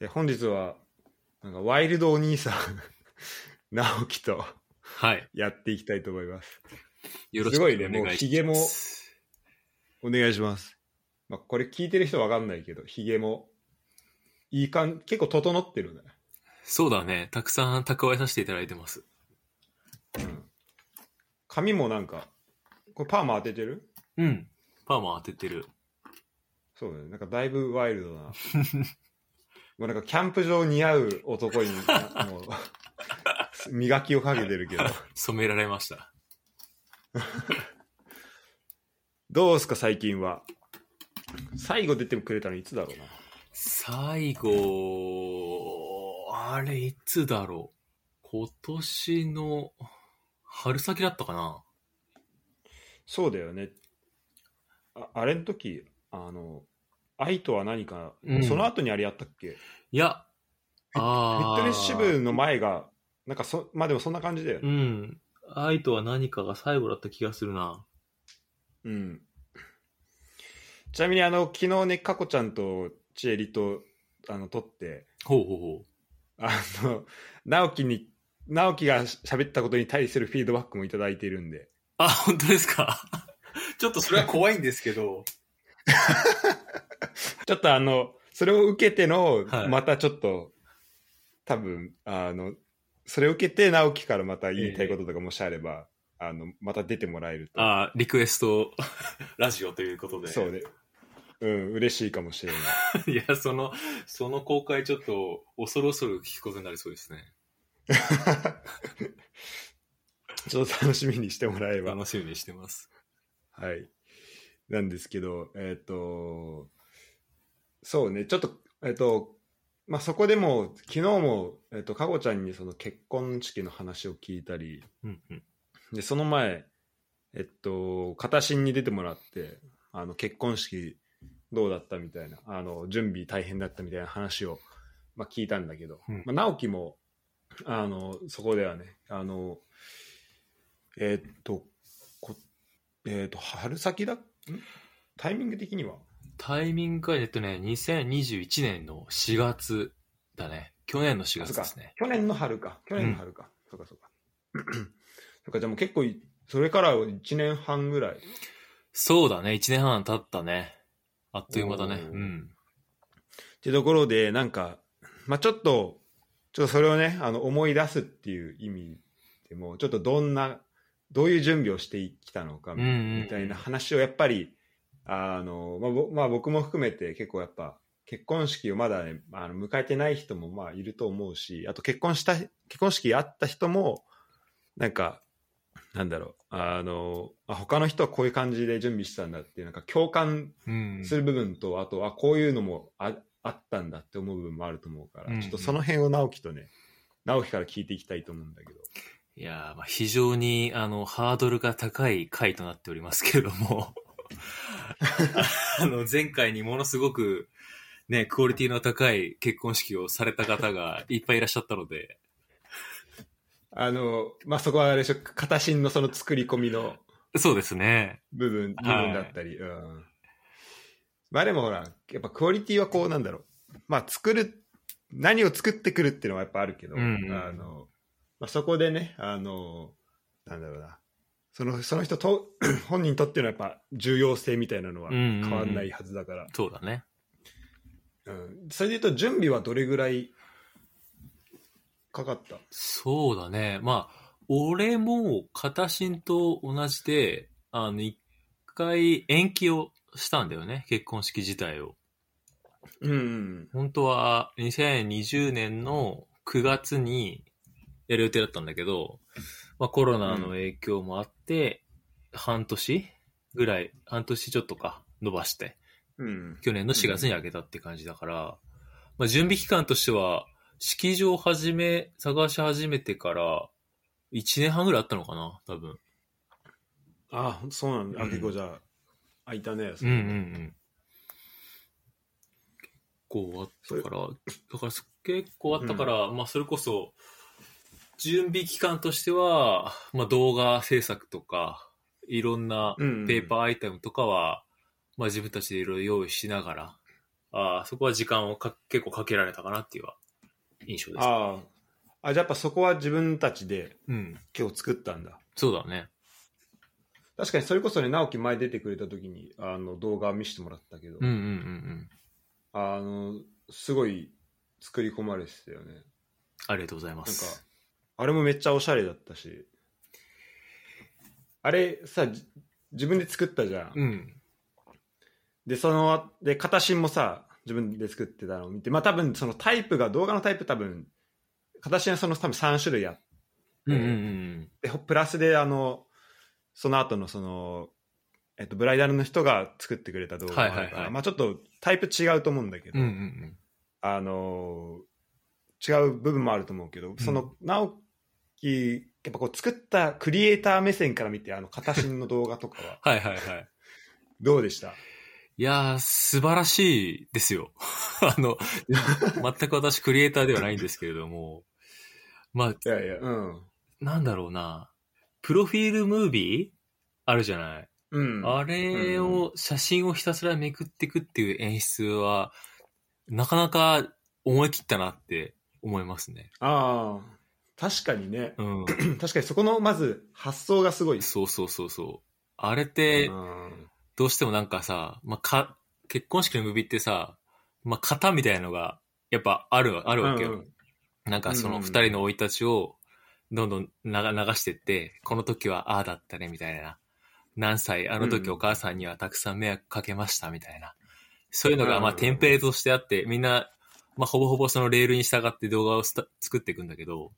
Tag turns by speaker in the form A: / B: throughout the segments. A: え本日は、なんかワイルドお兄さん、 直樹と
B: はい。
A: やっていきたいと思います。
B: よろし
A: す
B: くお
A: ご
B: 願い
A: い
B: し
A: ね
B: ます。
A: もうひげもお願いします。まあ、これ聞いてる人わかんないけど、ヒゲも、いい感じ、結構整ってるね。
B: そうだね。たくさん蓄えさせていただいてます。
A: うん。髪もなんか、これパーマ当ててる
B: うん。パーマ当ててる。
A: そうだね。なんかだいぶワイルドな。もうなんかキャンプ場似合う男に、なもう、磨きをかけてるけど。
B: 染められました。
A: どうすか最近は。最後出てくれたのいつだろうな。
B: 最後、あれ、いつだろう。今年の春先だったかな。
A: そうだよね。ああれの時、あの、愛とは何か、
B: うん
A: その後にあれやったっけ
B: いや、
A: フ
B: あ
A: ィッ
B: あ。
A: トネス支部の前が、なんかそ、まあでもそんな感じだよ
B: う
A: ね。
B: ん。愛とは何かが最後だった気がするな。
A: うん。ちなみにあの、昨日ね、かこちゃんとちえりと、あの、撮って、
B: ほうほうほう。
A: あの、直樹に、直樹が喋ったことに対するフィードバックもいただいているんで、
B: あ、本当ですか ちょっとそれは怖いんですけど。
A: ちょっとあの、それを受けての、
B: はい
A: またちょっと、多分、あの、それを受けて、直樹からまた言いたいこととかもしあれば、あの、また出てもらえると。
B: ああ、リクエストラジオということで。
A: そうね。うん、嬉しいかもしれない。
B: いや、その、その公開ちょっと、恐る恐る聞くことになりそうですね。
A: ちょっと楽しみにしてもらえれば。
B: 楽しみにしてます。
A: はい。なんですけど、えっ、と、そうね、ちょっと、えっ、と、まあ、そこでも、昨日も、えっ、と、かごちゃんにその結婚式の話を聞いたり、
B: うんうん。
A: で、その前、えっと、片新に出てもらって、あの、結婚式どうだったみたいな、あの、準備大変だったみたいな話を、まあ、聞いたんだけど、
B: うん
A: まあ、直樹も、あの、そこではね、あの、えっと、こえっと、春先だんタイミング的には
B: タイミングが、えっとね、2021年の4月だね。去年の4
A: あそ
B: 月
A: う
B: で
A: か
B: すね。
A: 去年の春か。去年の春か。そうか、そうか。 そうか、じゃあもう結構い、それから1年半ぐらい。
B: そうだね、1年半経ったね。あっという間だね。
A: おー
B: うん。
A: ってところでなんか、まあ、ちょっとちょっとそれをねあの思い出すっていう意味でもちょっとどんなどういう準備をしてきたのか
B: うんうん
A: みたいな話をやっぱりあの、まあぼまあ、僕も含めて結構やっぱ結婚式をまだねあの迎えてない人もまあいると思うしあと結婚した結婚式あった人もなんかなんだろうあのあ他の人はこういう感じで準備してたんだっていうなんか共感
B: うん。
A: する部分と、あと、あ、こういうのもああったんだって思う部分もあると思うから、
B: うん
A: ちょっとその辺を直樹とね、直樹から聞いていきたいと思うんだけど。
B: いやー、まあ、非常に、あの、ハードルが高い回となっておりますけれど も、あの、前回にものすごく、ね、クオリティの高い結婚式をされた方がいっぱいいらっしゃったので、
A: あの、まあ、そこはあれでしょ、片心のその作り込みの
B: そうですね。
A: 部分、部
B: はい
A: 分だったり、うん。まあでもほら、やっぱクオリティはこうなんだろう。まあ作る、何を作ってくるっていうのはやっぱあるけど、
B: うんうん
A: あの、まあ、そこでね、あの、なんだろうな。その、その人と、 本人にとってのやっぱ重要性みたいなのは変わんないはずだから、
B: そうだね。
A: うんそれで言うと準備はどれぐらいかかった
B: そうだね。まあ、俺も、片心と同じで、あの、一回延期をしたんだよね。結婚式自体を。
A: うん
B: 本当は2020年の9月にやる予定だったんだけど、まあ、コロナの影響もあって、半年ぐらい、半年ちょっとか伸ばして、
A: うん
B: 去年の4月に上げたって感じだから、まあ、準備期間としては、式場を始め、探し始めてから、1年半ぐらいあったのかな、多分。
A: あそうなんだ、あ
B: うん
A: 結構じゃあ空いたね
B: うんうんうん。結構あったから、だからそ結構あったから、まあそれこそ、準備期間としては、まあ動画制作とか、いろんな
A: うんうん
B: ペーパーアイテムとかは、まあ自分たちでいろいろ用意しながらああ、そこは時間をか結構かけられたかなっていうは印象です。
A: ああ。あ、じゃあやっぱそこは自分たちで
B: うん。
A: 結構作ったんだ。
B: そうだね。
A: 確かにそれこそね、直樹前出てくれた時に、あの、動画見せてもらったけど、
B: うんうんうんうん。
A: あの、すごい作り込まれてたよね。
B: ありがとうござい
A: な
B: ま
A: んか
B: す。、
A: あれもめっちゃおしゃれだったし。あれさ、じ自分で作ったじゃん。
B: うん。
A: で、その、で、形もさ、自分で作ってたのを見て、まあ多分そのタイプが、動画のタイプ多分、形はその多分3種類あって、
B: うんうんうん
A: でプラスであの、その後のその、えっと、ブライダルの人が作ってくれた動画があるから、
B: はいはいはい
A: まあちょっとタイプ違うと思うんだけ
B: う
A: ど、
B: ん。うんうん
A: あのー違う部分もあると思うけど、その直樹やっぱこう作ったクリエイター目線から見てあの形の動画とかは
B: はいはいはい。
A: どうでした
B: いやー、素晴らしいですよ。 あの、全く私クリエイターではないんですけれども、まあ、
A: いやいやうん
B: なんだろうな、プロフィールムービーあるじゃない。
A: うん
B: あれを、写真をひたすらめくっていくっていう演出は、なかなか思い切ったなって思いますね。
A: ああ確かにね
B: うん。
A: 確かにそこのまず発想がすごい
B: そうそうそうそう。あれって
A: う、ん
B: どうしてもなんかさ、まあ、か、結婚式のムービーってさ、まあ、型みたいなのが、やっぱある、あるわけよ。
A: うん
B: なんかそ
A: うん
B: の
A: うん
B: 二人の生い立ちをどんどん流流してって、この時はああだったねみたいな。何歳、あの
A: うん
B: 時
A: うん
B: お母さんにはたくさん迷惑かけましたみたいな。そういうのがまあ
A: うん
B: テンプレートとしてあって、みんな、まあほぼほぼそのレールに従って動画をスタ作っていくんだけど、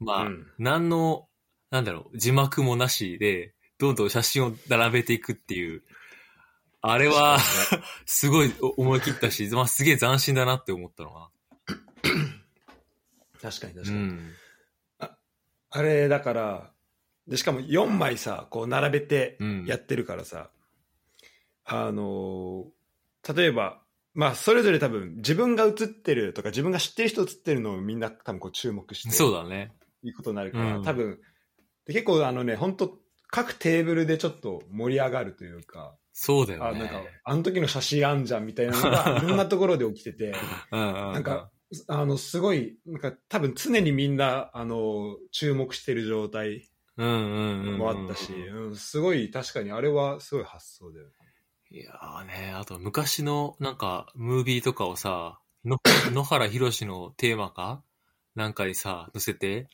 B: まあ、
A: うん
B: 何の、なんだろう、字幕もなしで、どんどん写真を並べていくっていう、あれはすごい思い切ったし、まあすげえ斬新だなって思ったのは。
A: 確かに確
B: う
A: かに、
B: ん。
A: あれだからでしかも4枚さこう並べて
B: うん。
A: やってるからさ、あのー例えば、まあ、それぞれ多分自分が映ってるとか自分が知ってる人映ってるのをみんな多分こう注目して
B: そうだね。
A: いうことになるから、
B: うん
A: 多分で結構あのね本当各テーブルでちょっと盛り上がるというか、
B: そうだ
A: あな
B: よ
A: ん
B: ね
A: か。あの時の写真あんじゃんみたいなの がいろんなところで起きてて、
B: な
A: なんか、あのすごいなんか多分常にみんなあの注目してる状態
B: うんうんうん。
A: もあったし、うんすごい確かにあれはすごい発想だよね。
B: いやーね、あと昔のなんか、ムービーとかをさ、の 野原宏のテーマかなんかにさ、載せて、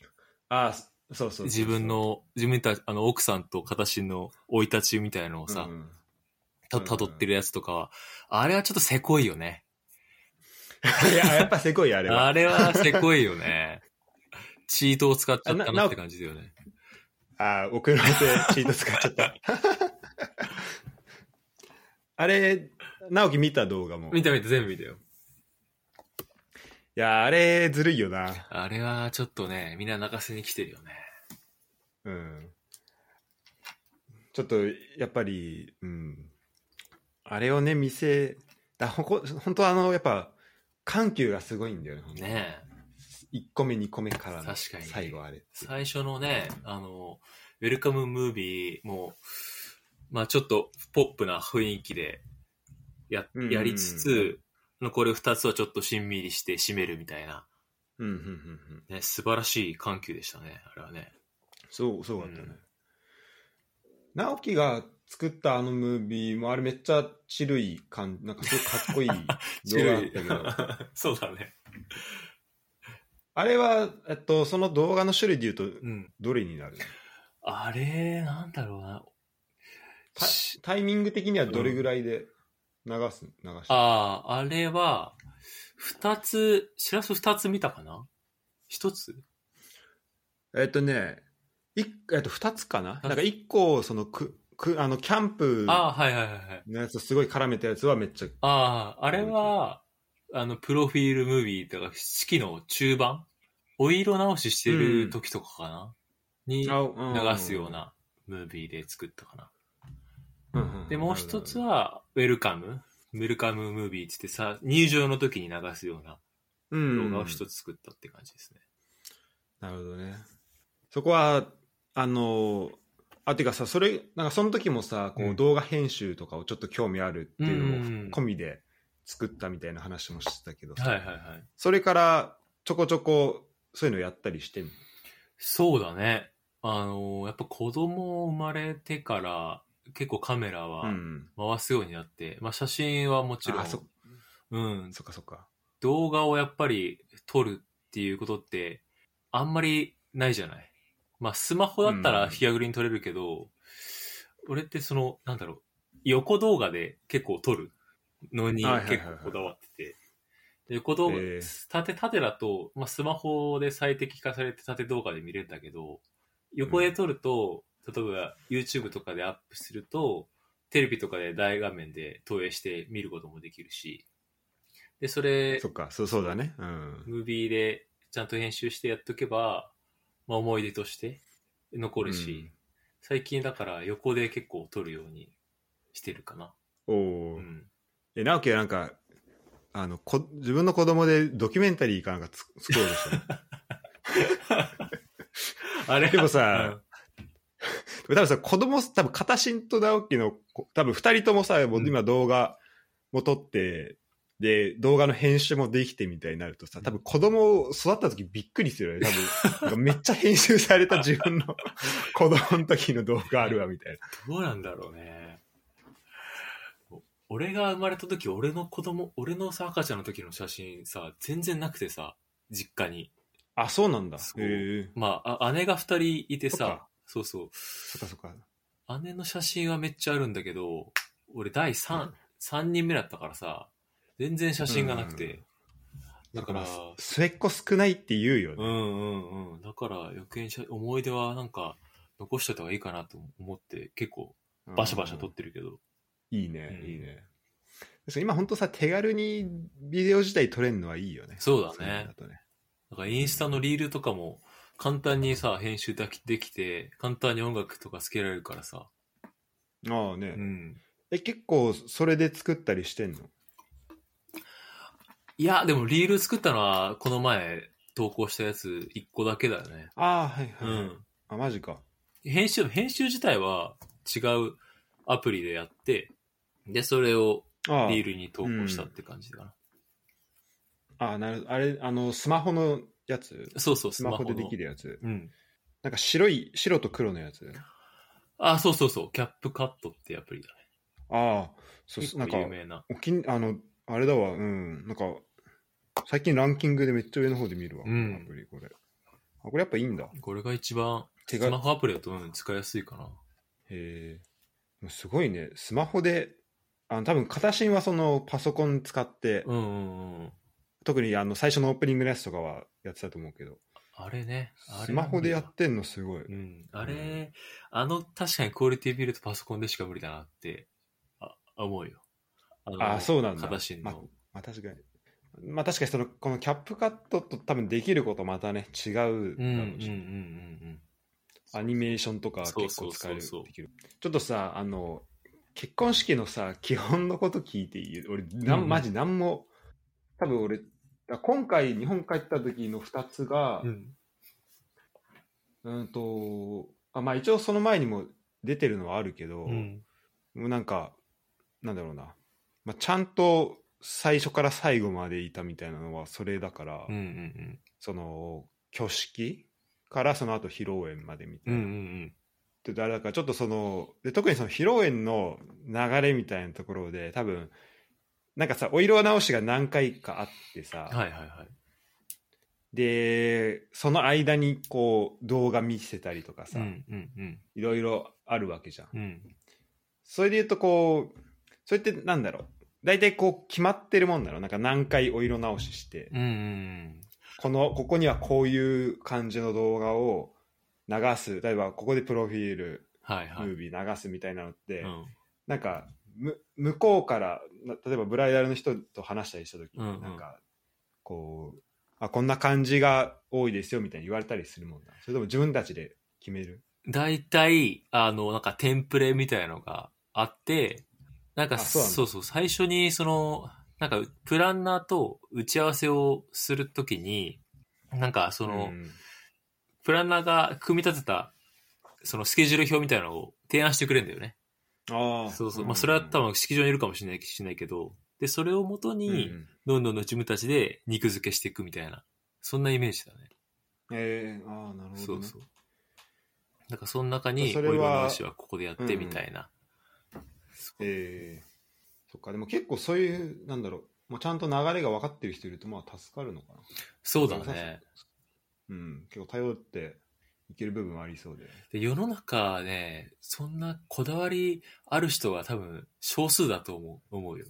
A: ああ、そうそうそう
B: 自分の、自分たち、あの、奥さんと形の生い立ちみたいのをさ、
A: うん
B: た、たどってるやつとかは、あれはちょっとせこいよね。
A: いや、やっぱせこい、あれは。
B: あれはせこい よね。チートを使っちゃった
A: あ
B: な
A: な
B: って感じだよね。
A: ああ、送られてチート使っちゃった。 あれ、直樹見た動画も。
B: 見
A: い
B: た見た、全部見たよ。
A: や、あれ、ずるいよな。
B: あれはちょっとね、みんな泣かせに来てるよね。
A: うん。ちょっと、やっぱり、うん。あれをね、見せ、だほこ本当あの、やっぱ、緩急がすごいんだよね。
B: ねえ。
A: 1個目、2個目からの
B: 確かに
A: 最後あれ。
B: 最初のね、あの、ウェルカムムービーも、まあちょっとポップな雰囲気でや
A: うんうん
B: やりつつ、これ二つはちょっとしんみりして締めるみたいな、
A: うん、うん、うん、うん。
B: ね、素晴らしい緩急でしたね、あれはね。
A: そう、そうだったね。
B: うん
A: 直樹が作ったあのムービーもあれめっちゃチルい感じ、なんかすごいかっこいい動画だ ったけど、
B: そうだね。
A: あれは、えっと、その動画の種類で言うと、
B: うん。
A: どれになる
B: あれ、なんだろうな。
A: タ
B: し
A: タイミング的にはどれぐらいで流す、流して
B: ああ、あれは、二つ、しらす二つ見たかな一つ
A: えっとね、いえっと、2つかな
B: つ
A: なんか1個、その、く、く、あの、キャンプ
B: ああ、はいはいはいはい。
A: のやつとすごい絡めたやつはめっちゃ、
B: ああ、あれは、あの、プロフィールムービーとか、式の中盤お色直ししてる時とかかな、に
A: あ
B: 流
A: うん
B: すようなムービーで作ったかな。
A: うんんん
B: で、もう一つ、は、ウェルカムウェルカムムービーって言ってさ、入場の時に流すような
A: 動
B: 動画を一つ作ったって感じですね。
A: なるほどね。そこは、あの、あ、てかさ、それ、なんかその時もさ、こ
B: う
A: うん動画編集とかをちょっと興味あるっていうの
B: うんうんう
A: も
B: ん
A: 込みで作ったみたいな話もしてたけど、
B: はいはいはい。
A: それからちょこちょこそういうのやったりしてんの
B: そうだね。あの、やっぱ子供生まれてから結構カメラ
A: う
B: は
A: ん
B: 回すようになって、まあ写真はもちろん
A: あ、そ
B: うん、
A: そっかそっか
B: 動画をやっぱり撮るっていうことってあんまりないじゃない。まあスマホだった
A: う
B: ら
A: ん
B: 日ぐりに撮れるけど、俺ってその、なんだろう、横動画で結構撮るのに
A: はいはいはい
B: 結
A: はい
B: 構こだわってて。で横動画、
A: え
B: 縦、縦だと、まあスマホで最適化されて縦動画で見れるんだけど、横で撮ると、例えば YouTube とかでアップすると、テレビとかで大画面で投影して見ることもできるし、で、それ
A: そ、っかそうそうだねうん
B: ムービーでちゃんと編集してやっとけば、まあ、思い出として残るし、最近だから横で結構撮るようにしてるかな。
A: お
B: う
A: お、
B: ん。
A: え直樹はなんかあのこ自分の子供でドキュメンタリーかなんかつ作ろうでし ょ
B: あれ
A: でもさ、多分さ子供多分片新と直樹の子多分二人ともさもう今動画も撮って、で動画の編集もできてみたいになるとさ多分子供を育った時びっくりするよね 多分なんかめっちゃ編集された自分の 子供の時の動画あるわみたいな
B: うんどうなんだろうね。お俺が生まれた時、俺の子供、俺のさ、赤ちゃんの時の写真さ、全然なくてさ、実家に。
A: あそうなんだ
B: そう
A: へえ
B: まあ、あ姉が二人いて
A: そっ
B: さ
A: か、
B: そうそう。
A: そっかそっか
B: 姉の写真はめっちゃあるんだけど、俺第3、三人目だったからさ、全然写真がなくて。だから、
A: 末っ子少ないって言うよ
B: う
A: ね、
B: んうんうん。だから余計に写思い出はなんか残しといた方がいいかなと思って、結構バシャバシャ撮ってるけど。
A: いいね、
B: うん
A: いいね。確かに今本当さ、手軽にビデオ自体撮れるのはいいよね。
B: そうだね
A: いのとね。
B: だからインスタのリールとかも簡単にさ、編集できできて、簡単に音楽とかつけられるからさ。
A: ああね、
B: うん。
A: え、結構それで作ったりしてんの
B: いや、でもリール作ったのはこの前投稿したやつ1個だけだよね。
A: ああ、はいは
B: う
A: い。
B: ん。
A: あ、マジか。
B: 編集、編集自体は違うアプリでやって、で、それを
A: ああ
B: リールに投稿したって感じかな。
A: ああ、なるあれ、あの、スマホのやつ
B: そうそう、
A: ス
B: ス
A: マ
B: マホ
A: ホ
B: の
A: でできるやつ。
B: うん。
A: なんか白い、白と黒のやつ。
B: あ、そうそうそう、キャップカットってアプリだね。
A: ああ、そう、
B: 結
A: なん
B: 構
A: か、
B: 有名な。
A: おきんあの、あれだわ、うん、なんか、最近ランキングでめっちゃ上の方で見るわ、
B: うん
A: アプリ、これ。あ、これやっぱいいんだ。
B: これが一番、
A: 手
B: ス
A: が
B: マホアプリだとうん使いやすいかな。
A: へえ。もうすごいね。スマホで、あの多分片新はそのパソコン使って、
B: うんうんうん。
A: 特にあの最初のオープニングのやつとかはやってたと思うけど、
B: あれね。あれ
A: スマホでやってんのすごい。
B: うん。あれ、あの、確かにクオリティビルとパソコンでしか無理だなって、あ、思うよ。あの
A: ああ、そうなんだ。
B: 形の。
A: ままあ確かに。まあ確かにその、このキャップカットと多分できることまたね、違うだろうし
B: うんうんうんうんうん。
A: アニメーションとか
B: そう
A: 結
B: そ
A: 構
B: う
A: 使
B: そ
A: え
B: う
A: る。
B: そう
A: できるちょっとさ、あの、結婚式のさ、基本のこと聞いていい俺、なん、
B: うん
A: マジなんも、多分俺、今回日本帰った時の2つが、
B: うん。
A: うんとあまあ一応その前にも出てるのはあるけど、
B: うん。
A: もうなんかなんだろうな、まあ、ちゃんと最初から最後までいたみたいなのはそれだから、
B: うんうんうん。
A: その挙式からその後披露宴までみた
B: う
A: い
B: ん
A: な、
B: うんう
A: っ
B: ん。
A: てあれだからちょっとそので特にその披露宴の流れみたいなところで多分なんかさお色直しが何回かあってさ、
B: はいはいはい。
A: でその間にこう動画見せたりとかさ、
B: うんうんうん。
A: いろいろあるわけじゃん。
B: うん。
A: それで言うとこう、それってなんだろう。大体こう決まってるもんだろう。なんか何回お色直しして、
B: うんうん
A: この、ここにはこういう感じの動画を流す。例えばここでプロフィール、
B: うん。はい
A: ム
B: はい。
A: ービー流すみたいなのって、
B: うん。
A: なんか、む向こうから、な例えばブライダルの人と話したりした時に、
B: うんうん
A: なんか、こう、あ、こんな感じが多いですよみたいに言われたりするもんだ。それとも自分たちで決める。
B: 大体、あの、なんかテンプレみたいのがあって、なんか
A: あそ
B: そ
A: ううなんだ
B: そう最初にその、なんかプランナーと打ち合わせをするときに、なんかその、
A: うん
B: プランナーが組み立てた、そのスケジュール表みたいなのを提案してくれるんだよね。
A: ああ。
B: そうそう。まあそれは多
A: 分
B: 分式場にいるかもしれないしれないけど、で、それをもと
A: う
B: に、
A: ん
B: どんどんどん自分たちで肉付けしていくみたいな、そんなイメージだね。
A: ええああ、なるほど、ね。
B: そうそう。だからその中に、
A: そ
B: オイ
A: れは
B: ルの足はここでやってみたいな。
A: ええそっか、でも結構そういう、なんだろう、まあ、ちゃんと流れが分かってる人いると、まあ助かるのかな。
B: そうだね。
A: うん、結構頼っていける部分はありそうで。
B: で世の中ね、そんなこだわりある人は多分少数だと思う思うよ。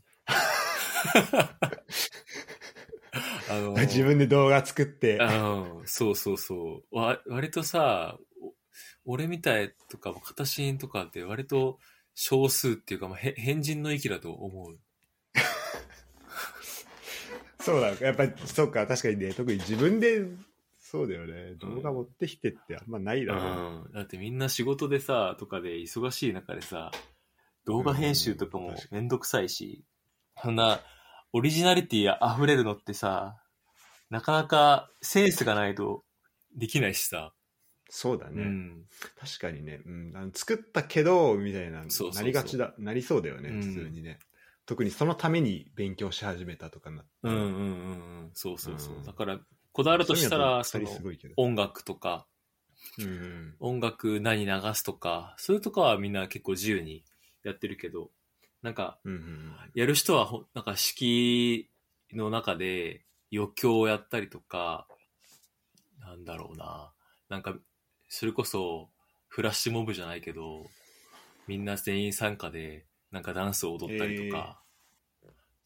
B: あの
A: 自分で動画作って、
B: うん、そうそうそう。わ割とさ、お俺みたいとか、片心とかって割と少数っていうか、まあ、へ変人の域だと思う。
A: そうだ、やっぱり、そうか、確かにね、特に自分で、そうだよね、
B: うん
A: 動画持ってきてってあんまないだろうね、
B: うんだってみんな仕事でさ、とかで忙しい中でさ、動画編集とか
A: うん
B: も
A: 確
B: めんどくさいし、そんなオリジナリティ溢れるのってさ、なかなかセンスがないとできないしさ。
A: そうだね、
B: うん。
A: 確かにね、うん、あの作ったけど、みたいな、
B: そうそうそう
A: なりがちだ、なりそうだよね、
B: うん
A: 普通にね。特にそのために勉強し始めたとかになって。
B: うんうんうんうん。そうそうそう。
A: うん
B: だから、こだわるとしたら、
A: そ
B: そう
A: いう
B: の
A: のと二人すごいけど。
B: 音楽とか、
A: うん。
B: 音楽何流すとか、そういうとかはみんな結構自由にやってるけど、なんか、
A: うんうんうん。
B: やる人はほ、なんか式の中で余興をやったりとか、なんだろうな。なんか、それこそ、フラッシュモブじゃないけど、みんな全員参加で、なんかダンスを踊ったりとか、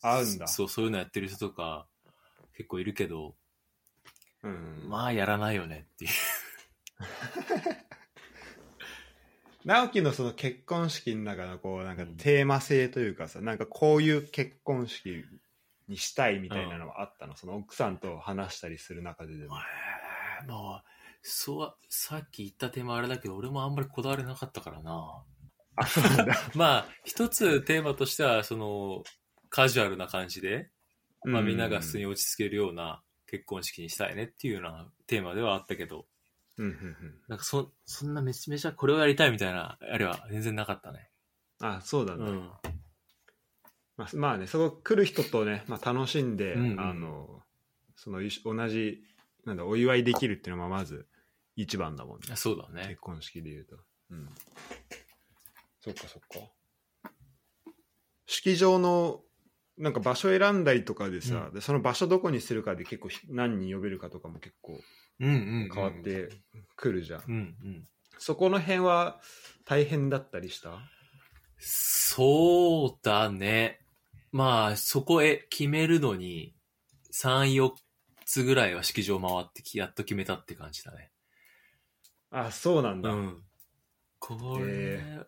A: 合うんだ。
B: そう、そういうのやってる人とか、結構いるけど、
A: うん
B: まあやらないよねっていう。
A: 直樹のその結婚式の中のこうなんかテーマ性というかさ、なんかこういう結婚式にしたいみたいなのはあったの、その奥さんと話したりする中ででも。
B: えーまあ、そうは、さっき言ったテーマあれだけど、俺もあんまりこだわりなかったからな。
A: あ、そうなんだ。
B: まあ、一つテーマとしては、その、カジュアルな感じで、 まあみんなが普通に落ち着けるような結婚式にしたいねっていうようなテーマではあったけど、
A: うんうんうん。
B: なんかそ、そんなめちゃめちゃこれをやりたいみたいな、あれは全然なかったね。
A: あ、そうなんだ。
B: うん。
A: まあ、まあね、そこ来る人とね、まあ、楽しんで、
B: うんうん
A: あの、そのいし同じ、なんだ、お祝いできるっていうのがまず一番だもんね。
B: そうだね
A: 結。婚式で言うと。うん。そっかそっか。式場の、なんか場所選んだりとかでさ、でその場所どこにするかで結構ひ何人呼べるかとかも結構
B: うんうん、
A: 変わっ。てくるじゃん。
B: うんうん。
A: そこの辺は大変だったりした
B: そうだね。まあ、そこへ決めるのに、3、4つぐらいは式場回ってき、やっと決めたって感じだね。
A: あ、そうなんだ。
B: うん。これ、
A: へ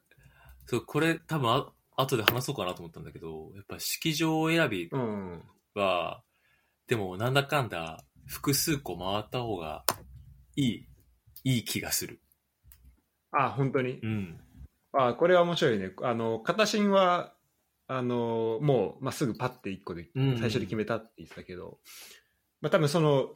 B: そう、これ多分あ、後で話そうかなと思ったんだけど、やっぱ式場選び
A: うん。
B: は、でもなんだかんだ複数個回った方がいい、いい気がする。
A: あ、本当に
B: う。ん。
A: あ、これは面白いね。あの、片心は、あの、もう、まあ、すぐパッて1個で
B: うんうん
A: 最初で決めたって言ってたけど、まあ、多分その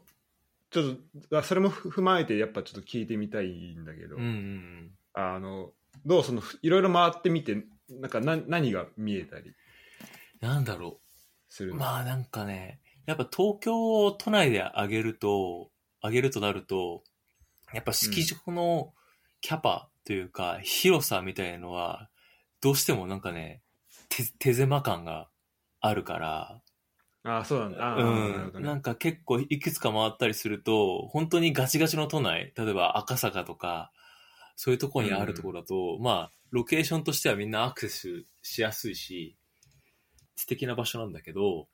A: ちょっとあそれもふ踏まえてやっぱちょっと聞いてみたいんだけど、
B: うんうんうん。
A: あのどうそのふいろいろ回ってみてなんかな何が見えたり
B: なんだろう。
A: するの、
B: まあなんかね、やっぱ東京を都内で上げると、上げるとなると、やっぱ式場のキャパというか、広さみたいなのは、どうしてもなんかね、手、手狭感があるから、
A: ああそうなんだああ、なるほ
B: う
A: ど
B: ん。な
A: ね
B: んか結構いくつか回ったりすると、本当にガチガチの都内、例えば赤坂とか、そういうとこにあるところだと、まあ、ロケーションとしてはみんなアクセスしやすいし、素敵な場所なんだけど、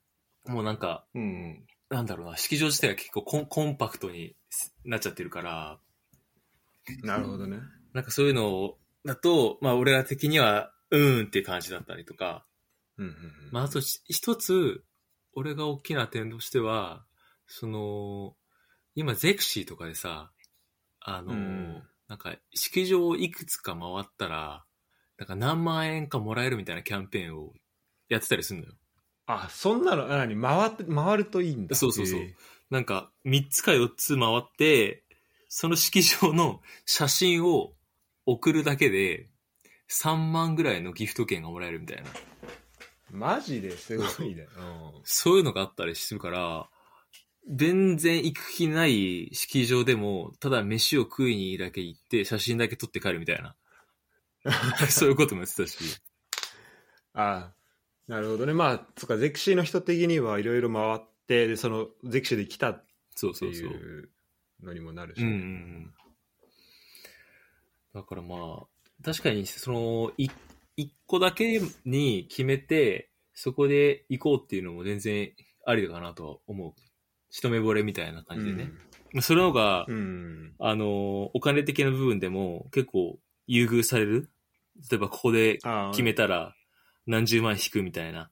B: もうなんか、
A: うん
B: なんだろうな、式場自体が結構コンコンパクトになっちゃってるから、
A: なるほどね
B: なんかそういうのだと、まあ俺ら的には、うーんっていう感じだったりとか、
A: うんうんうん
B: まああとし一つ、俺が大きな点としては、その、今ゼクシーとかでさ、あの、
A: うん
B: なんか式場をいくつか回ったら、なんか何万円かもらえるみたいなキャンペーンをやってたりするのよ。
A: あそんなのあ何回って回るといいんだ
B: そうそうそう
A: へえ
B: なんか、3つか4つ回って、その式場の写真を送るだけで、3万ぐらいのギフト券がもらえるみたいな。
A: マジですごいね。
B: そういうのがあったりするから、全然行く気ない式場でも、ただ飯を食いにだけ行って、写真だけ撮って帰るみた いな。そういうこともやってたし。
A: ああ、なるほどね。まあ、そっか、ゼクシーの人的にはいろいろ回って、で、その、ゼクシーで来たっ
B: そう
A: て
B: そうそう。
A: いうのにもなるし。
B: うんうんうん。だからまあ、確かにその、い一個だけに決めて、そこで行こうっていうのも全然ありだかなとは思う。一目惚れみたいな感じでね。まあそれの方が、
A: うん。うん。
B: あの、お金的な部分でも結構優遇される。例えばここで
A: ああ
B: 決めたら何十万引くみたいな、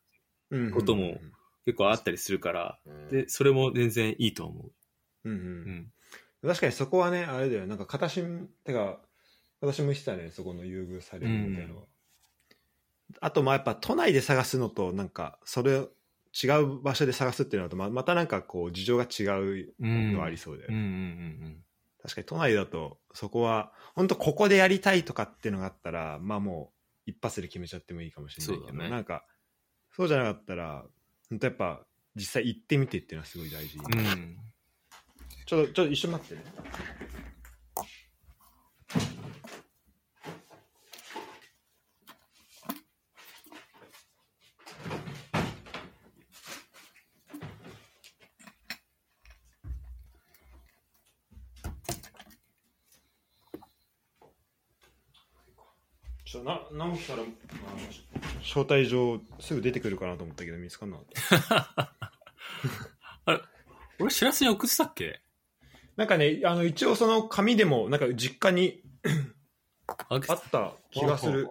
B: ことも結構あったりするから、で、それも全然いいと思
A: うんうん
B: う。うん。
A: 確かにそこはねあれだよなんか形てか私も言ってたねそこの優遇されるみたいなのは、あとまあやっぱ都内で探すのとなんかそれを違う場所で探すっていうのとままたなんかこう事情が違うのはありそうで、
B: うんうんうん
A: 確かに都内だとそこは本当ここでやりたいとかっていうのがあったらまあもう一発で決めちゃってもいいかもしれないけ
B: そ
A: ど、
B: うだね
A: なんかそうじゃなかったら本当やっぱ実際行ってみてっていうのはすごい大事、
B: うん。うん。
A: ちょっと、ちょっと一瞬待ってね。ちょな直樹からあの招待状すぐ出てくるかなと思ったけど見つかんなかった
B: 俺、知らせに送ってたっけ
A: なんかねあの一応その紙でもなんか実家に
B: あ
A: あった気がする。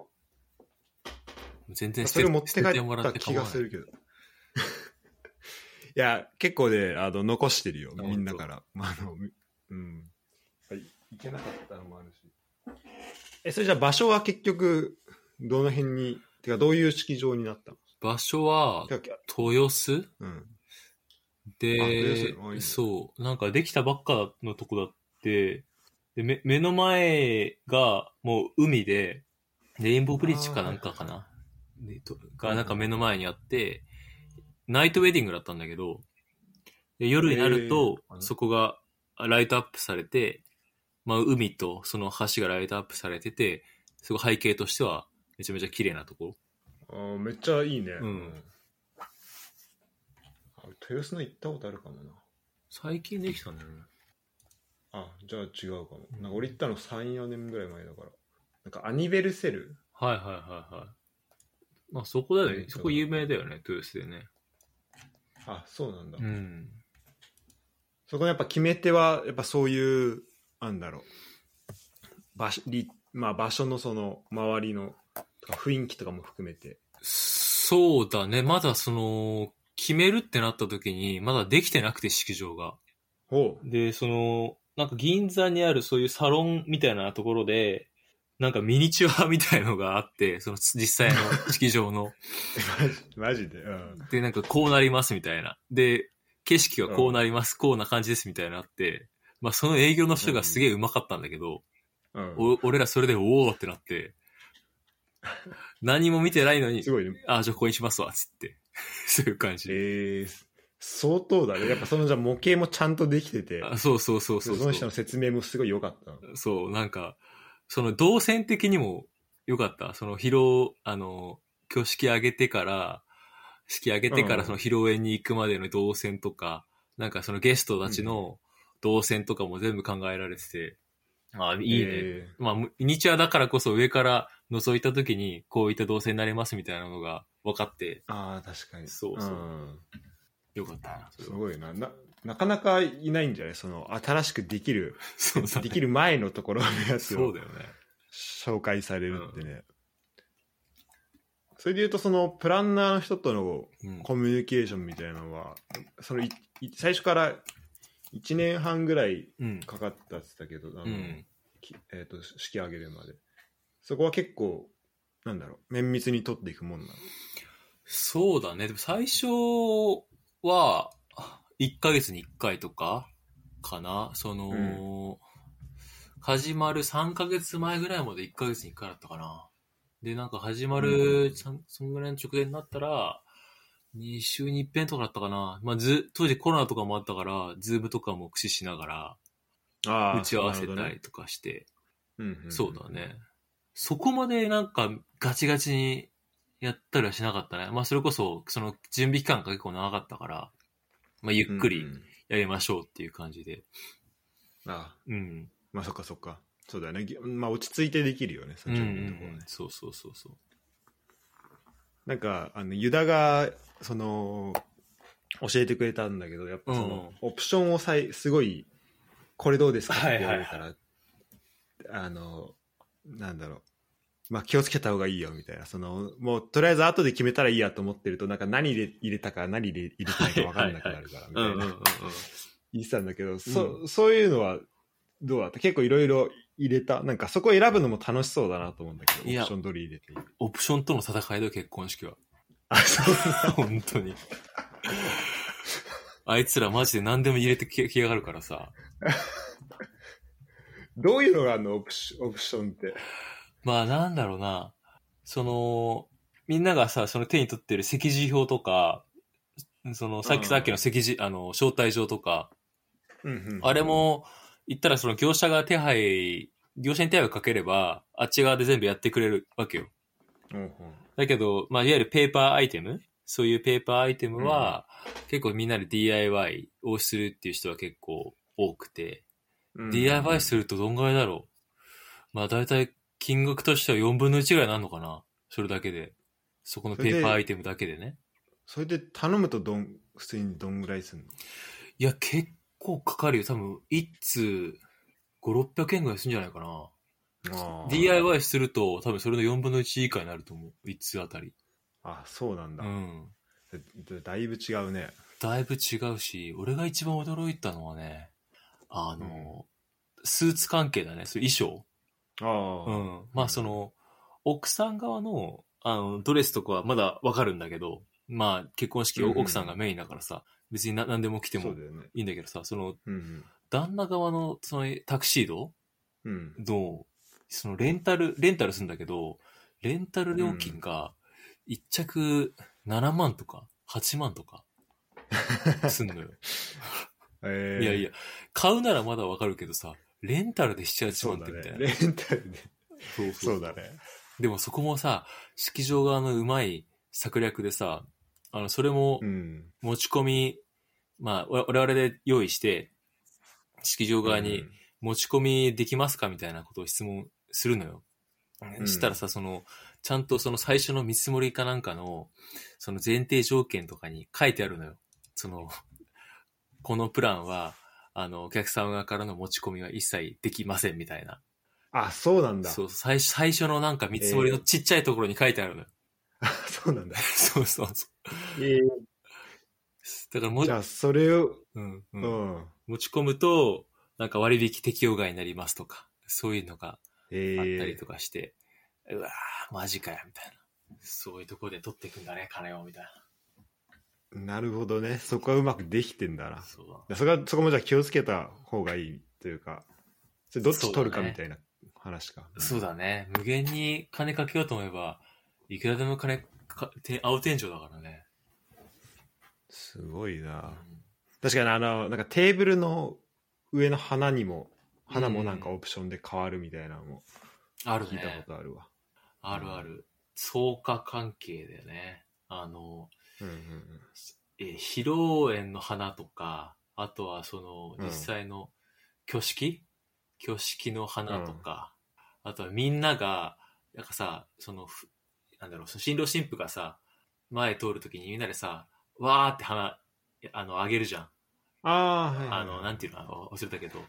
B: 全然
A: それを持って帰っ
B: 捨てもら
A: た
B: て
A: 気
B: 構わ
A: が
B: ない
A: するけど。いや、結構で、あの、残してるよ、
B: あ
A: みんなから。まあ、あの、うん。はい、行けなかったのもあるし。え、それじゃあ場所は結局、どの辺に、てか、どういう式場になったの
B: 場所は、
A: てか
B: 豊洲
A: うん。あ豊洲
B: で
A: あいいね
B: そう、なんかできたばっかのとこだって、でめ目の前がもう海で、レインボーブリッジかなんかかな。でとがなんか目の前にあって、ナイトウェディングだったんだけど、で夜になると
A: え、ー
B: そこがあライトアップされて、まあ海とその橋がライトアップされてて、すごい背景としてはめちゃめちゃ綺麗なところ。
A: あーめっちゃいいね。
B: うん
A: あ豊洲の行ったことあるかもな。
B: 最近できたんだよね。
A: あ、じゃあ違うかも。なんか俺行ったの3、4年ぐらい前だから。なんかアニベルセル
B: はいはいはいはい。まあそこだよ
A: う
B: ね
A: ん。
B: そこ有名だよね、豊洲でね。
A: あ、そうなんだ。
B: ん。
A: そこのやっぱ決め手はやっぱそういうなんだろう場所,り、まあ、場所のその周りのとか雰囲気とかも含めて
B: そうだね。まだその、決めるってなった時に、まだできてなくて、式場が。
A: ほ
B: で、その、なんか銀座にあるそういうサロンみたいなところで、なんかミニチュアみたいのがあって、その実際の式場 の。
A: う マジで、うん、
B: で、なんかこうなりますみたいな。で、景色がこうなります、こうな感じですみたいなのあって、まあその営業の人がすげえうまかったんだけど、
A: うん、
B: お俺らそれでおおってなって、何も見てないのに
A: す、ごいね
B: あ、じゃあここにしますわ、つって。 そういう感じ。
A: えー、相当だねやっぱそのじゃあ模型もちゃんとできてて
B: あそうそうそうそう
A: その人
B: そ
A: の説明もすごい良かった
B: う。そう、なんか、その動線的にも良かった。その披露、あの、挙式上げてから、式上げてか
A: うん
B: らその披露宴に行くまでの動線とか、なんかそのゲストたちの動線とかも全部考えられてて、あ、いいね。
A: え
B: まあ、ミニチュアだからこそ上から覗いた時に、こういった動線になりますみたいなのが分かって
A: ー、あー確かに
B: そうそうんよかったな、それ
A: す
B: は。
A: ごいなななかなかいないんじゃないその新しくでき る
B: そうだね
A: できる前のところのやつ
B: そ
A: を
B: うだよね。
A: 紹介されるってね、それで言うとそのプランナーの人との
B: うん。
A: コミュニケーションみたいなのはそのいい最初から1年半ぐらい
B: うん。
A: かかったって言ったけどあの、
B: うん。
A: きえー、と式上げるまでそこは結構なんだろう綿密に取っていくもんなの
B: そうだね。でも最初は、1ヶ月に1回とか、かな。その、始まる3ヶ月前ぐらいまで1ヶ月に1回だったかな。で、なんか始ま
A: う
B: る、
A: ん
B: さんそんぐらいの直前になったら、 2週に一遍とかだったかな。まあ、ず、当時コロナとかもあったから、ズームとかも駆使しなが
A: あ
B: ら、
A: あ
B: 打ち合わせ
A: な
B: た
A: る
B: りとかして、
A: ほどねうんんん
B: そうだね。そこまでなんかガチガチにやったりはしなかったね。まあ、それこそ、その準備期間が結構長かったから、まあ、ゆっく
A: う
B: り
A: んうん
B: やりましょうっていう感じで。
A: ああ
B: うん。
A: まあそっかそっかそうだよねぎまあ落ち着いてできるよね
B: うん、う
A: 30分のところね、
B: ん。そうそうそうそう。
A: なんかあのユダがその教えてくれたんだけどやっぱその、オプションをさいすごいこれどうですかって言われるから、あのなんだろうまあ気をつけた方がいいよみたいなそのもうとりあえず後で決めたらいいやと思ってるとなんか何で入れたか何で入れてないか分かんなくなるからみた
B: うん
A: い
B: うんうんう。
A: なん言ってたんだけど、そそういうのはどうだった結構いろいろ入れたなんかそこ選ぶのも楽しそうだなと思うんだけど
B: い
A: オ
B: や
A: プションどれ入れていい
B: オプションとの戦いだよ、結婚式は。
A: あそう
B: 本当に。あいつらマジで何でも入れてききやがるからさ。
A: どういうのがあるのオプシオプションって。
B: まあなんだろうな。その、みんながさ、その手に取ってる席次表とか、そのさっ
A: うん
B: きさっきの席次、あの、招待状とか、あれも、言ったらその業者が手配、業者に手配をかければ、あっち側で全部やってくれるわけよ。
A: うんうん、
B: だけど、まあ、いわゆるペーパーアイテムそういうペーパーアイテムは、結構みんなで DIY をするっていう人は結構多くて、
A: うん
B: DIY するとどんぐらいだろうまあ、大体金額としては4分の1ぐらいになるのかなそれだけで。そこのペーパーアイテムだけでね。
A: それで頼むとどん、普通にどんぐらいすんの
B: いや、結構かかるよ。多分、1通5、600円ぐらいするんじゃないかな。
A: あー
B: DIY すると、多分それの4分の1以下になると思う。1通あたり。
A: あ、そうなんだ
B: う、ん。
A: だ。だいぶ違うね。
B: だいぶ違うし、俺が一番驚いたのはね、あの、スーツ関係だね、それ衣
A: ああ、
B: 装。うん。まあその、奥さん側の、あの、ドレスとかはまだわかるんだけど、まあ結婚式
A: う
B: は
A: んうん
B: 奥さんがメインだからさ、別にな何でも着て
A: そ
B: も
A: うだよね。
B: いいんだけどさ、その、
A: うん
B: 旦那側の、その、タクシード
A: うん。うん。
B: の、その、レンタル、レンタルするんだけど、レンタル料金が、1着7万とか、8万 とか、すんのよ。
A: えー
B: いやいや、、買うならまだわかるけどさ、レンタルで7、8
A: そ
B: 万
A: う
B: っ
A: だ
B: て
A: ね
B: みたい。な。
A: レンタルで。
B: そうそう
A: そうだね。
B: でもそこもさ、式場側のうまい策略でさ、あの、それも
A: うん。
B: 持ち込み、まあ、わ我々で用意して、式場側に持ち込みできますかみたいなことを質問するのよ。
A: うん
B: したらさ、その、ちゃんとその最初の見積もりかなんかの、その前提条件とかに書いてあるのよ。その、このプランは、あの、お客様側からの持ち込みは一切できませんみたいな。
A: あ、そうなんだ。
B: そう、最初、最初のなんか見積もりのちっちゃいところに書いてあるのよ。
A: あ そうなんだ。
B: そうそうそ
A: え
B: う。だからも
A: じ、ゃあ、それを、
B: うん、う。
A: うんん。
B: 持ち込むと、なんか割引適用外になりますとか、そういうのが
A: え
B: あったり
A: ー、
B: とかして、うわー、マジかよ、みたいな。そういうとこで取っていくんだね、金を、みたい
A: なるほどね。そこはうまくできてんだ
B: な。
A: な。
B: そう
A: でそこはそこもじゃあ気をつけた方がいいというかそれどっち取るか
B: そうだね
A: みたいな話か
B: だ。そうだね。無限に金かけようと思えば、いくらでも金か、て青天井だからね。
A: すごいな
B: うん
A: 確かにあのなんかテーブルの上の花にも花
B: う
A: も
B: ん
A: なんかオプションで変わるみたいなのも
B: ある
A: 聞いたこ
B: ね。
A: とあるわ、
B: あるある。相加関係だよね。あの、
A: うんうん
B: えー披露宴の花とか、あとはその、
A: うん
B: 実際の挙式、挙式の花とか、あとはみんなが、なんかさ、その、ふなんだろう、その新郎新婦がさ、前通るときにみんなでさ、わーって花、あの、あげるじゃん。
A: ああはい、はい、
B: あの、なんていうの、あの忘れたけど、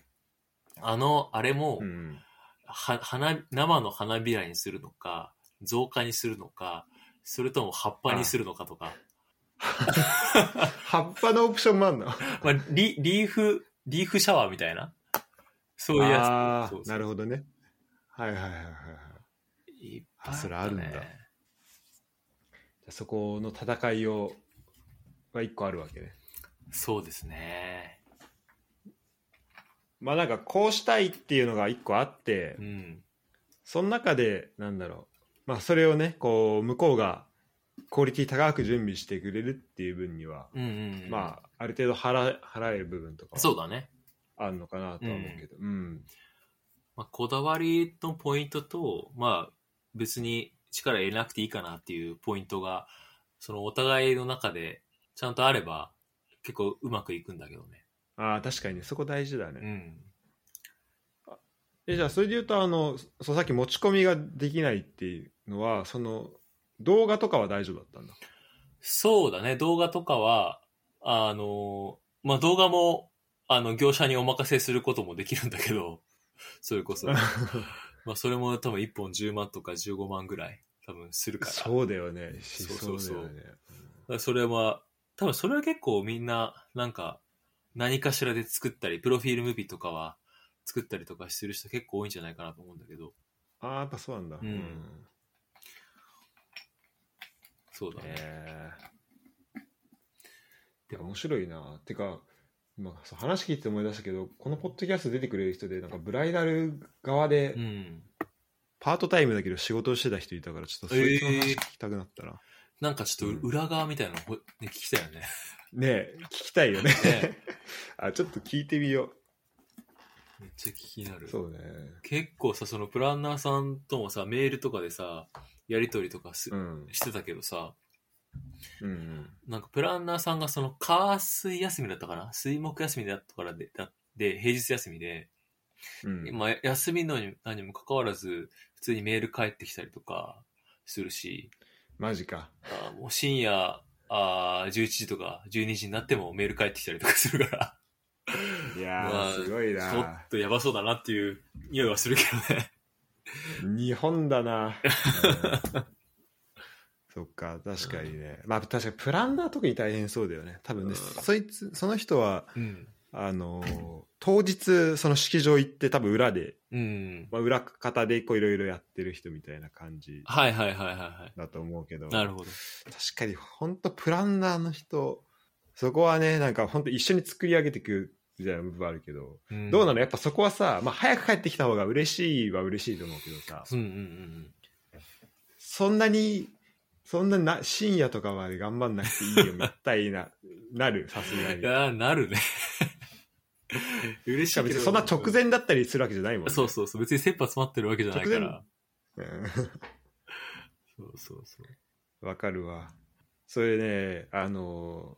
B: あの、あれも、
A: うん
B: は花生の花びらにするのか造花にするのかそれとも葉っぱにするのかとか
A: 葉っぱのオプションもあんの
B: まあ、リリーフリーフシャワーみたいなそういうや
A: あ
B: つ
A: ー
B: そうそう
A: なるほどねはいはいはいはいはい
B: いっぱい
A: あそれあるんだ
B: った
A: じゃあそこの戦いをが一個あるわけね
B: そうですね
A: まあなんかこうしたいっていうのが一個あって、
B: うん
A: その中でなんだろうまあそれをねこう向こうがクオリティ高く準備してくれるっていう分には、
B: うんうんうん。
A: まあ、ある程度払払える部分とか
B: そ
A: は
B: うだね。
A: あるのかなとは思うけど、うん。
B: まあ、こだわりのポイントと、まあ、別に力入れなくていいかなっていうポイントが、そのお互いの中でちゃんとあれば、結構うまくいくんだけどね。
A: ああ、確かにね、そこ大事だね。
B: うん。
A: えじゃあそれで言うとあのそうさっき持ち込みができないっていうのはその動画とかは大丈夫だったんだ
B: そうだね、動画とかは、あの、まあ、動画も、あの、業者にお任せすることもできるんだけど、 それ こそ。まあ、それも多分1本10万とか15万ぐらい、多分するから。
A: そうだよねし
B: そうそ
A: だ
B: う
A: よね
B: それは、多分それは結構みんな、なんか、何かしらで作ったり、プロフィールムービーとかは作ったりとかする人結構多いんじゃないかなと思うんだけど、
A: ああやっぱそうなんだ
B: うんそうだね。
A: えで
B: でも
A: 面白いなてか今そう話聞いて思い出したけどこのポッドキャスト出てくれる人でなんかブライダル側で
B: うん。
A: パートタイムだけど仕事をしてた人いたからちょっとそいつの話聞きたくなったら、
B: なんかちょっと裏側みたいなのほ、ね、聞きたい よね。
A: ねえ聞きたいよ ね
B: ね
A: あちょっと聞いてみよ
B: めっちゃ聞きにな
A: う
B: る。
A: そうね
B: 結構さ、そのプランナーさんともさ、メールとかでさ、やりとりとかす、
A: うん
B: してたけどさ、
A: うんうん
B: なんかプランナーさんがその、火水休みだったかな水木休みだったからで、だで、平日休みで、
A: うん
B: まあ、休みのに何もかかわらず、普通にメール返ってきたりとかするし、
A: マジか。
B: あーもう深夜あー11時とか12時になってもメール返ってきたりとかするから、
A: い
B: まあ
A: やー、すごい
B: ちょっ
A: な。
B: とやばそうだなっていう匂いはするけどね。
A: 日本だ な。うんそっか、確かにね。まあ、確かにプランナー特に大変そうだよね。多分ね、
B: うん
A: そいつ、その人は、
B: うん。
A: あのー当日、その式場行って、多分裏で、
B: うん。
A: まあ、裏方でこういろいろやってる人みたいな感じ
B: はいはいはいはいは
A: だと思うけど、
B: い。なる
A: ど
B: ほど。
A: 確かに、本当プランナーの人、そこはね、なんか本当一緒に作り上げていくみたいな部分はあるけど、どうな
B: の
A: のやっぱそこはさ、まあ、早く帰ってきた方が嬉しいは嬉しいと思うけどさ、
B: うんうんうん
A: そんなに、そんなな深夜とかまで頑張んなくていいよ、みたい な、なる、さすが
B: うん。い
A: に。
B: やー、なるね。 嬉し
A: し
B: い
A: か
B: け
A: も別
B: ど。
A: にそんな直前だったりするわけじゃないもんね。
B: そうそうそう。別に切羽詰まってるわけじゃないから。
A: うん。
B: そうそうそう。
A: わかるわ。それね、あの、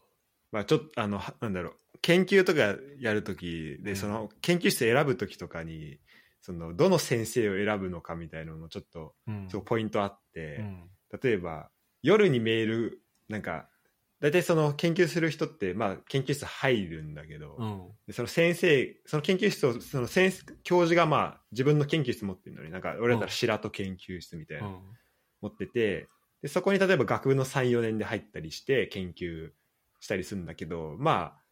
A: まあちょっと、あの、はなんだろう、研究とかやるとき
B: うん
A: で、その、研究室選ぶときとかに、その、どの先生を選ぶのかみたいなのもちょっと、
B: うん
A: そう、ポイントあって、
B: うん。
A: 例えば夜にメールなんか大体その研究する人って、まあ、研究室入るんだけど、
B: うん。
A: でその先生その研究室をその先生教授がまあ自分の研究室持ってるのになんか俺だったら白戸研究室みたいな、
B: うん
A: 持っててでそこに例えば学部の34年で入ったりして研究したりするんだけどまあ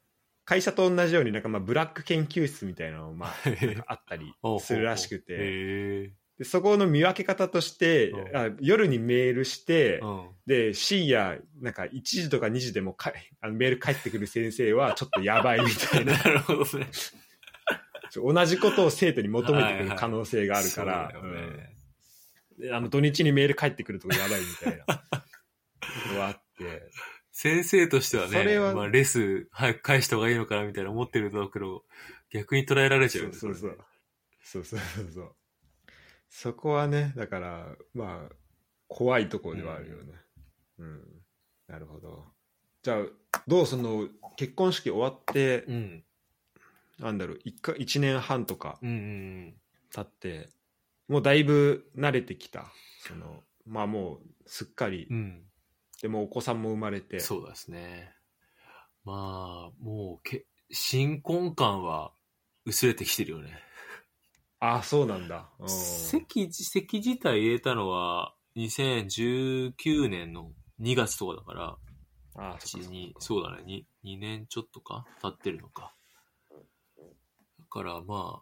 A: 会社と同じようになんかまあブラック研究室みたいなのもまあなんかあったりするらしくて。
B: へ
A: でそこの見分け方として、
B: うん
A: あ夜にメールして、
B: えうん。
A: で深夜なんか1時とか2時でもかいあのメール返ってくる先生はちょっとやばいみたいな
B: なるほどね。
A: ちょ同じことを生徒に求めてくる可能性があるから、
B: そうだよね
A: うんであの土日にメール返ってくるとやばいみたいなのがあって
B: 先生としてはね、
A: それは
B: まあ、レス早く返した方がいいのかなみたいな思ってるだけど、逆に捉えられちゃう
A: そうそう
B: よね
A: そう
B: れね
A: そうそうそうそうそこはねだからまあ怖いところではあるよねうん、なるほどじゃあどうその結婚式終わって、
B: うん。
A: なんだろう 1, か1年半とか
B: うんうん
A: 経ってもうだいぶ慣れてきたそのまあもうすっかり、
B: うん。うん。
A: でもうお子さんも生まれて
B: そうですね。まあ、もうけ、新婚感は薄れてきてるよね。
A: ああそうなんだうん
B: 席自、席自体入れたのは、2019年の2月とかだから、
A: ああ
B: 一
A: そっかそっか
B: 二そうだね2、2年ちょっとか経ってるのか。だからまあ、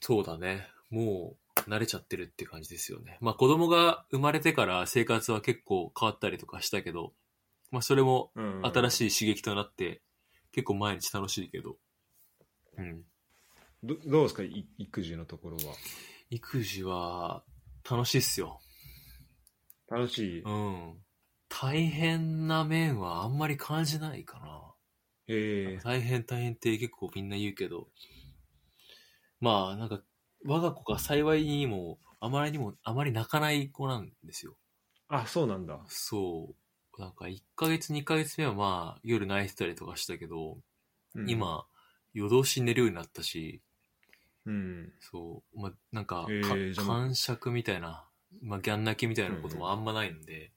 B: そうだね。もう慣れちゃってるって感じですよね。まあ子供が生まれてから生活は結構変わったりとかしたけど、まあそれも
A: うんうん
B: 新しい刺激となって、結構毎日楽しいけど。うん。
A: どどうですかい育児のところは
B: 育児は楽しいっすよ。
A: 楽しい、
B: うん。大変な面はあんまり感じないかな。
A: え
B: 大変大変って結構みんな言うけど、まあなんか、我が子が幸いにも、あまりにも、あまり泣かない子なんですよ。
A: あ、そうなんだ。
B: そう。なんか1ヶ月2ヶ月目はまあ夜泣いてたりとかしたけど、
A: うん、
B: 今夜通し寝るようになったし、
A: うん。
B: そう、まあなんか
A: へーじ
B: か、
A: ゃあもう
B: 感触みたいな、まあギャン泣きみたいなこともあんまないんで、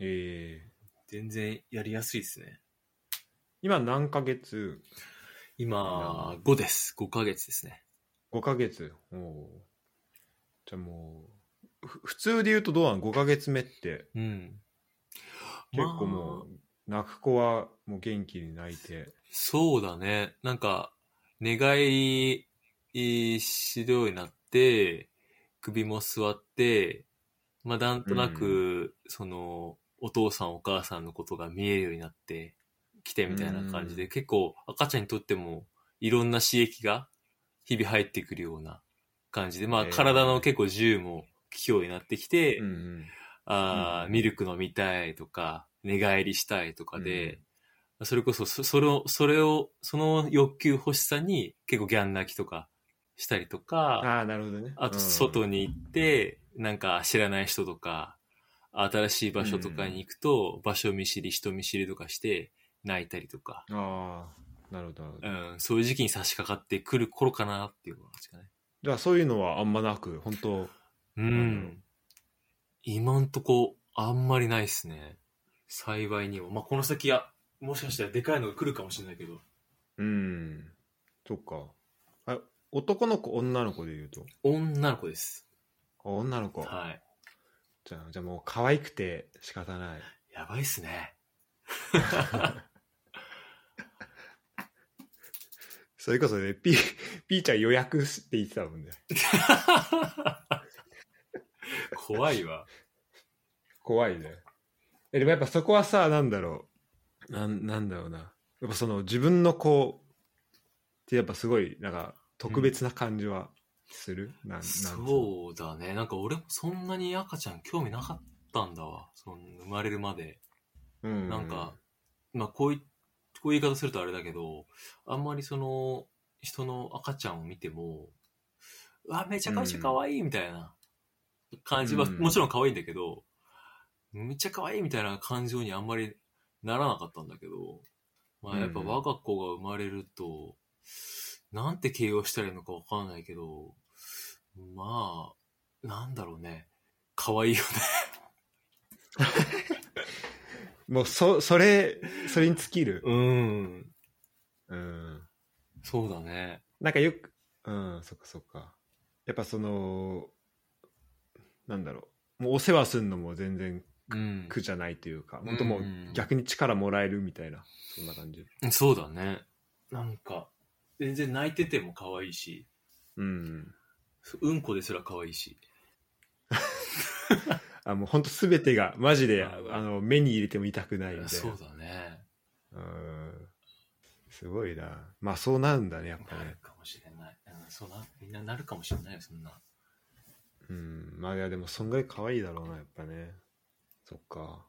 A: ええ
B: 全然やりやすいですね。
A: 今何ヶ月
B: 今、5です。5ヶ月ですね。
A: ?5 ヶ月。おーじゃあもう、ふ普通で言うとどうなの ?5 ヶ月目って、
B: うん。
A: 結構
B: まあ
A: もう、泣く子はもう元気に泣いて。
B: そうだね。なんか、寝返りしようになって、首も座って、まあ、なんとなく、
A: う
B: その、お父さんお母さんのことが見えるようになってきてみたいな感じで、
A: う
B: 結構赤ちゃんにとってもいろんな刺激が日々入ってくるような感じで、まあ、
A: えー
B: 体の結構自由も器用になってきて、
A: うんうん。
B: あー
A: うん
B: ミルク飲みたいとか、寝返りしたいとか
A: う
B: で
A: ん、
B: それこそそ、それを、それを、その欲求欲しさに結構ギャン泣きとかしたりとか、
A: ああ、なるほどね。
B: あ
A: う
B: と
A: ん
B: 外に行って、なんか知らない人とか、新しい場所とかに行くと、場所見知り、人見知りとかして泣いたりとか、
A: ああ、なるほど、なるほ
B: う
A: ど。
B: ん、そういう時期に差し掛かってくる頃かなっていう感じかね。
A: じゃあそういうのはあんまなく、本当
B: う
A: なるほど
B: ん。今んとこ、あんまりないっすね。幸いにも。まあ、この先や、もしかしたらでかいのが来るかもしれないけど。
A: うん。そっか。あ男の子、女の子で言うと。
B: 女の子です。
A: あ女の子。
B: はい。
A: じゃあ、じゃあもう可愛くて仕方ない。
B: やばいっすね。
A: それこそね、ピー、ピーちゃん予約しって言ってたもんね。
B: 怖い わ。
A: 怖いね。えでもやっぱそこはさ、なんだろう。なん、なんだろうな。やっぱその自分の子ってやっぱすごい、なんか特別な感じはする、なん、なんつうの
B: そうだね。なんか俺もそんなに赤ちゃん興味なかったんだわ。その生まれるまで。
A: う。
B: なんか、まあ、こうい、こういう言い方するとあれだけど、あんまりその、人の赤ちゃんを見ても、うわ、めちゃくちゃ可愛いみたいな感じは、
A: うん
B: もちろん可愛いんだけど、めっちゃ可愛いみたいな感情にあんまりならなかったんだけど、まあ、やっぱ
A: うん
B: 我が子が生まれると、なんて形容したらいいのかわかんないけど、まあ、なんだろうね。可愛いよね。
A: もうそ、それ、それに尽きる。
B: うん。
A: うん。
B: そうだね。
A: なんかよく、うん、そっかそっか。やっぱその、なんだろう。もうお世話するのも全然
B: うん。
A: 苦じゃないというか、本当もう
B: うん
A: 逆に力もらえるみたいな、そんな感じ。
B: そうだね。なんか、全然泣いてても可愛いし、
A: うん。
B: うんこですら可愛いし。
A: あ、もう本当すべてが、マジで、
B: あ
A: あの、目に入れても痛くないみたいな。
B: そうだね。
A: うん。すごいな。まあそうなるんだね、やっぱ
B: な
A: ね
B: る。かもしれない。うん、そうな、みんななるかもしれないよ、そんな。
A: うん。まあいや、でもそんぐらい可愛いだろうな、やっぱね。そっか。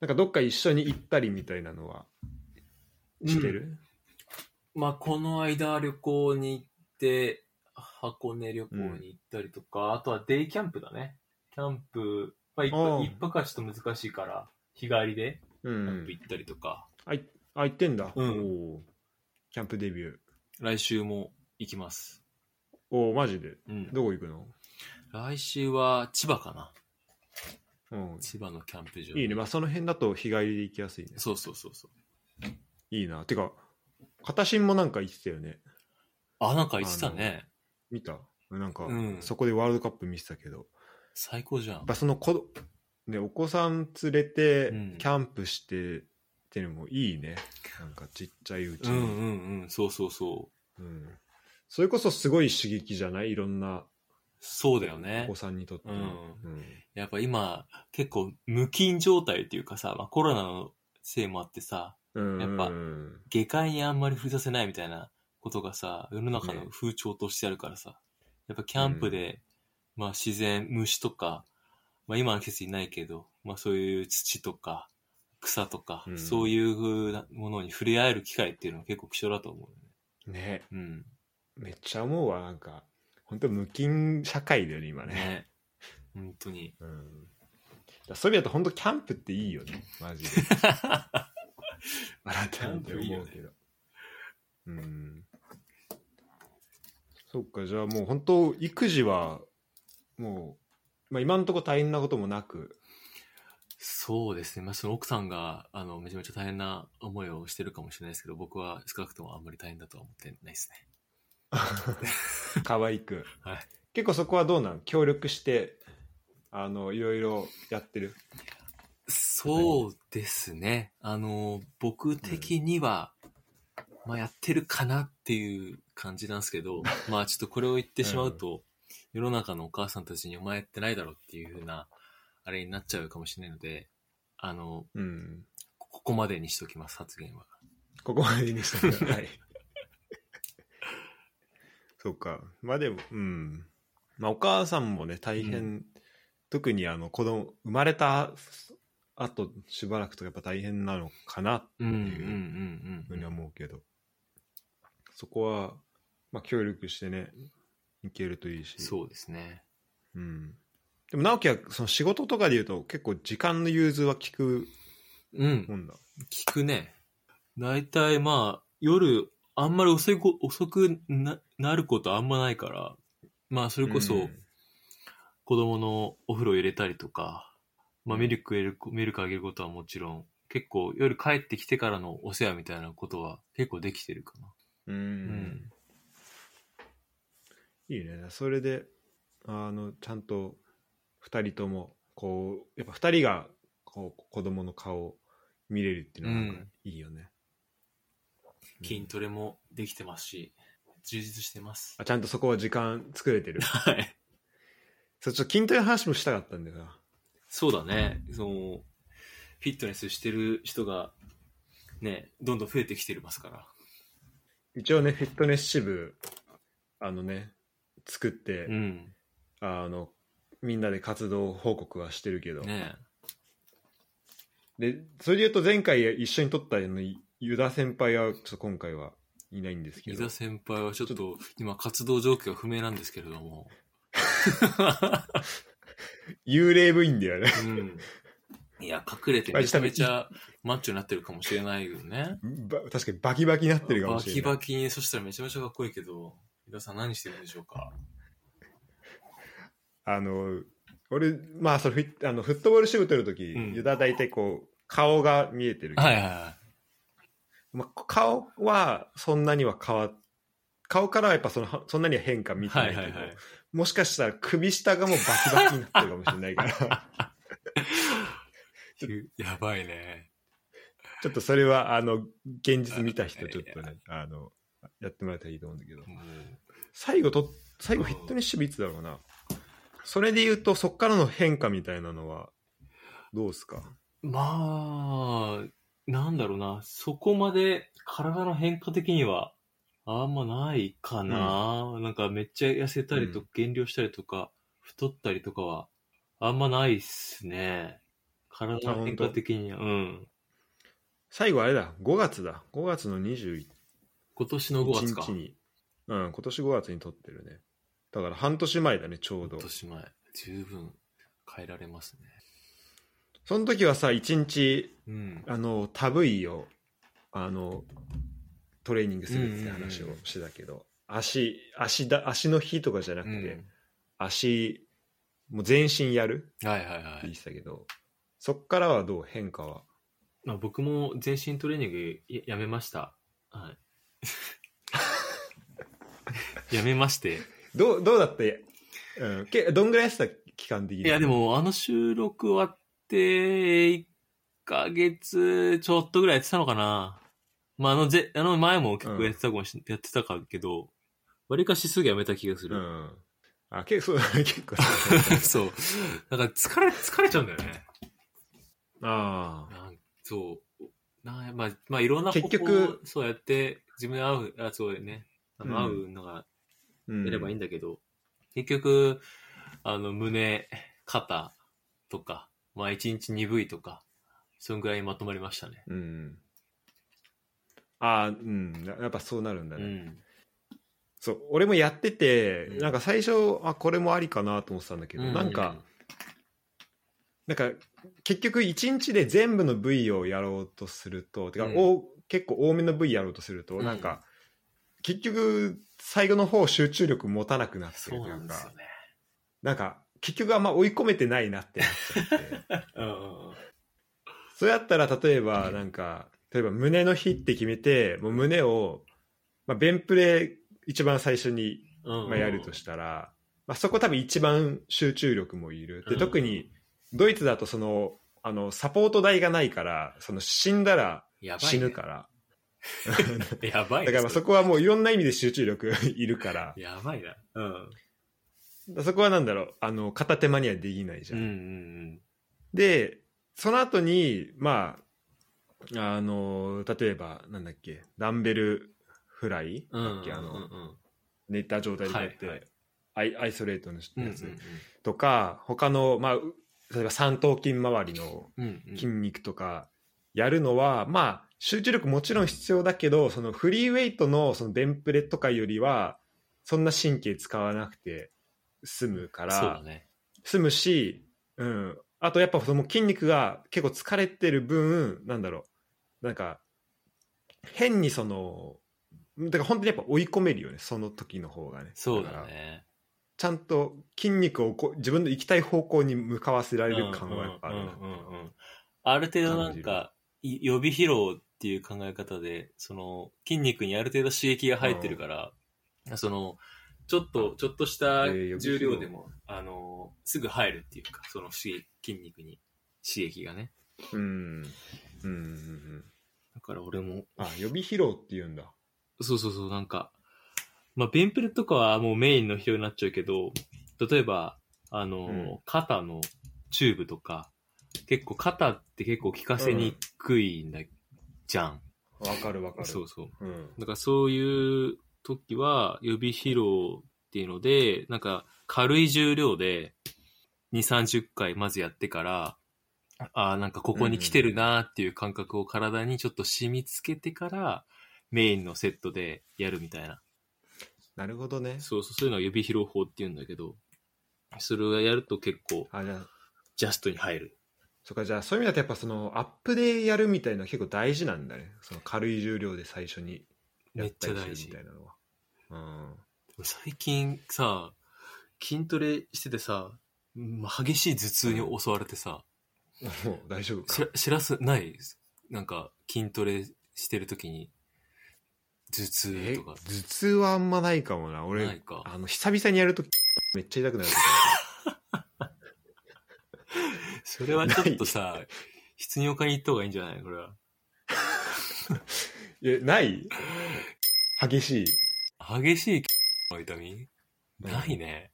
A: なんかどっか一緒に行ったりみたいなのは、してる、
B: まあ、この間旅行に行って、箱根旅行に行ったりとか、あとはデイキャンプだね。キャンプ、まあ一
A: ああ
B: 泊、一泊はちょっと難しいから、日帰りで
A: う
B: キ
A: ん
B: ャンプ行ったりとか、
A: あいあ行ってんだ、
B: うん
A: おーキャンプデビュー
B: 来週も行きます。
A: おおマジで
B: うん。
A: どこ行くの、
B: 来週は千葉かな。
A: うん、
B: 千葉のキャンプ場。
A: いいねまあその辺だと日帰りで行きやすいね
B: そうそうそうそう。
A: いいなてか片新もなんか行ってたよね
B: あ、なんか言ってた
A: あ
B: ね。
A: 見たなんか、
B: うん
A: そこでワールドカップ見てたけどや
B: 最高じゃん
A: っぱ。その子、ね、お子さん連れて
B: うん
A: キャンプして、ってのもいいねなんかちっちゃいうち
B: う
A: に、
B: んうんうん、そうそうそう。
A: うんそれこそすごい刺激じゃないいろんな
B: そうだよ
A: お
B: ね
A: 子。さんにとっても、
B: うんやっぱ今、結構無菌状態っていうかさ、まあ、コロナのせいもあってさ、
A: うん
B: やっぱ
A: うん
B: 下界にあんまり触れさせないみたいなことがさ、世の中の
A: ね
B: 風潮としてあるからさ、やっぱキャンプで、まあ自然、虫とか、まあ今の季節いないけど、まあそういう土とか、草とか、
A: うん
B: そういうふうなものに触れ合える機会っていうのは結構貴重だと思うよね。
A: ね
B: うん。
A: めっちゃ思うわなんか本当無菌社会だよね今ね
B: ね。本当に。
A: うんだからそういう意味だと本当キャンプっていいよねマジで改めて思う
B: キャンプい
A: けどうんそっかじゃあもう本当育児はもう、まあ、今のところ大変なこともなく
B: そうですね。まあ、その奥さんが、あの、めちゃめちゃ大変な思いをしてるかもしれないですけど、僕は少なくともあんまり大変だとは思ってないですね。
A: 可愛く、
B: はい
A: 結構そこはどうなん協力してあのいろいろやってる
B: そうですね。あの、僕的には、まあ、やってるかなっていう感じなんですけど、まあ、ちょっとこれを言ってしまうと、世の中のお母さんたちにお前やってないだろっていうふうな、あれになっちゃうかもしれないので、あの、
A: うん
B: ここまでにしときます、発言は。
A: ここまでにした はい。そうか。まあでも、うん。まあお母さんもね、大変、
B: う
A: 特にあの子供、生まれた後しばらくとやっぱ大変なのかなって
B: うん、うん、
A: いうふ
B: うん、
A: う
B: うん
A: に。思うけど、そこは、まあ協力してね、いけるといいし。
B: そうですね。
A: う。ん。でも直樹はその仕事とかで言うと結構時間の融通は効く
B: うん
A: も、んだ。
B: 聞くね。大体まあ、夜、あんまり遅いこ遅くななることあんまないから、まあ、それこ
A: う
B: そ
A: ん
B: 子供のお風呂入れたりとか、まあ、
A: うん
B: ミルク入れる、ミルクあげることはもちろん、結構夜帰ってきてからのお世話みたいなことは結構できてるかな。
A: うん
B: ん
A: いいねそれであのちゃんと2人ともこうやっぱ2人がこう子供の顔を見れるっていうのはなんか
B: うん
A: いいよね、うん
B: 筋トレもできてますし、充実してます。
A: あちゃんとそこは時間作れて る
B: はい。
A: そうちょっと筋トレの話もしたかったんだよな
B: そうだね。その、フィットネスしてる人が、ね、どんどん増えてきてますから。
A: 一応ねフィットネス支部あのね作って、
B: うん。
A: あのみんなで活動報告はしてるけど、
B: ね
A: でそれで言うと前回一緒に撮ったあのユダ先輩はちょっと今回はいないんですけ
B: 伊
A: ど
B: 田先輩はちょっと今活動状況が不明なんですけれども。
A: 幽霊部員だよね
B: うん。いや、隠れてめちゃめちゃマッチョになってるかもしれないよね。
A: ば確かにバキバキになってるかも
B: バ
A: しれ
B: キ
A: ない
B: バキに、そしたらめちゃめちゃかっこいいけど、伊田さん何してるんでしょうか。
A: あの俺まあそれフィッあのフットボールシュートやる時、
B: うん
A: ユダ大体こう顔が見えてるけど、
B: はいはいは
A: まあ、顔はそんなには変わ顔からはやっぱそのはそんなには変化見てない
B: い。は
A: け
B: い
A: ど、
B: はいはい。
A: もしかしたら首下がもうバキバキになってるかもしれないから
B: やばいね。
A: ちょっとそれはあの現実見た人ちょっとねあのやってもらえたらいいと思うんだけど
B: もう
A: 最後と最後フィットネス守備いつだろうなそれで言うとそっからの変化みたいなのはどうですか
B: まあ、なんだろうな、そこまで体の変化的には、あんまないかな、なんかめっちゃ痩せたりと
A: うん
B: 減量したりとか、太ったりとかは、あんまないっすね。体の変化的には、うん。
A: 最後あれだ5月だ5月の21
B: 今年の5月か
A: 日。にうん今年5月に撮ってるねだから半年前だねちょう
B: 今
A: ど
B: 年前、十分変えられますね。
A: その時はさ1日
B: うん。
A: あのタブイをあのトレーニングするって話を
B: うんうんう
A: してたけど、足足だ足の日とかじゃなく
B: う
A: て、
B: ん、
A: 足もう全身やる
B: はいはい
A: っ
B: は
A: て言
B: い。
A: ってたけど、そっからはどう変化は
B: まあ、僕も全身トレーニングややめました。 はい。やめまして。
A: どうどうだって、うん、けどんぐらいやってた期間的に
B: いや、でも、あの収録終わって、1ヶ月ちょっとぐらいやってたのかな。まあ、あのぜ、あの前も結構やってたかもし、やってたかけど、割かしすぐやめた気がす
A: う
B: る。
A: んあけそう だね結構
B: そう。なんか疲れ、疲れちゃうんだよね。
A: ああ
B: なんそう。なまあ、まあ、いろんな
A: 結局、
B: そうやって、自分に合う、あ、そうだよね。あの合うのが
A: うん
B: やればいいんだけど、結局、あの、胸、肩とか、まあ、1日2部位とか、そのぐらいまとまりましたね。
A: うん。ああ、うん。ややっぱそうなるんだ
B: う
A: ね。
B: ん。
A: そう、俺もやってて、
B: うん
A: なんか最初、あ、これもありかなと思ってたんだけど、なんか、なんか、結局一日で全部の部位をやろうとすると、てか、
B: うん
A: お結構多めの部位やろうとすると、
B: うん
A: なんか、結局、最後の方集中力持たなくなってる
B: そう
A: とい
B: なん
A: う
B: ですよ
A: か、
B: ね。
A: なんか、結局あんま追い込めてないなってなっちゃ って。
B: うんうんうん。
A: そうやったら例えば
B: うん
A: なんか、例えば胸の日って決めてもう胸を、まあ、ベンプレ一番最初に、
B: うんうん
A: まあ、やるとしたら、まあ、そこ多分一番集中力もいるで
B: うん
A: 特にドイツだとそのあのサポート代がないからその死んだら
B: やばいね
A: 死ぬから、
B: やばい
A: だからまあそこはもういろんな意味で集中力 いるから
B: やばいな。うん。
A: そこはなんだろうあの片手間にはできないじ
B: う
A: ゃ、
B: んうんん
A: でその後にまああの例えばなんだっけダンベルフライ
B: うん。うん
A: だっけあの
B: うんうん
A: 寝た状態でこうやって、
B: はいはい
A: アイアイソレートの
B: うん。
A: やつとか、他の、まあ、う例えば三頭筋周りの
B: うんうん。
A: 筋肉とかやるのは、まあ集中力もちろん必要だけどそのフリーウェイトのそのベンプレとかよりはそんな神経使わなくて済むか
B: そうだ
A: ら
B: ね。
A: 済むし、うん、あとやっぱその筋肉が結構疲れてる分なんだろうなんか変にそのだから本当にやっぱ追い込めるよねその時の方がね
B: そう
A: から
B: だね。
A: ちゃんと筋肉をこう自分の行きたい方向に向かわせら
B: あ
A: れる感はやっぱあるな
B: ある程度なん
A: 感
B: か、い予備疲労っていう考え方で、その、筋肉にある程度刺激が入ってるから、その、ちょっと、ちょっとした
A: えー予備疲労
B: 重量でも、あの、すぐ入るっていうか、その刺激筋肉に刺激がね。
A: うんうんうんうん
B: だから俺も、
A: あ予備疲労って言うんだ
B: そうそうそう、なんか、まあ、ベンプレとかはもうメインの疲労になっちゃうけど、例えば、あの、
A: うん
B: 肩のチューブとか、結構肩って結構効かせにくいんだ、じゃん。
A: わかるわかる
B: そうそう。
A: うん
B: だからそういう時は予備疲労っていうので、なんか軽い重量で2、30回まずやってから、ああ、なんかここに来てるなーっていう感覚を体にちょっと染みつけてから、メインのセットでやるみたいな。
A: なるほどね
B: そうそう、そういうのは予備疲労法って言うんだけど、それをやると結構
A: あじゃあ
B: ジャストに入る。
A: そっかじゃあそういう意味だとやっぱそのアップでやるみたいなのは結構大事なんだねその軽い重量で最初にや
B: めっ
A: った
B: ちゃ
A: りす
B: 大
A: る
B: 事
A: み。たいなのはうん
B: 最近さ、筋トレしててさ、まあ激しい頭痛に襲われてさ、
A: もう大丈夫
B: し
A: から
B: 知らすないですなんか筋トレしてるときに頭痛
A: え
B: とか
A: 頭痛はあんまないかもな俺
B: ないか
A: あの久々にやるとめっちゃ痛くなる時
B: それはちょっとさ必尿科に行った方がいいんじゃないこれは
A: あるいやない激しい
B: 激しいの痛みないね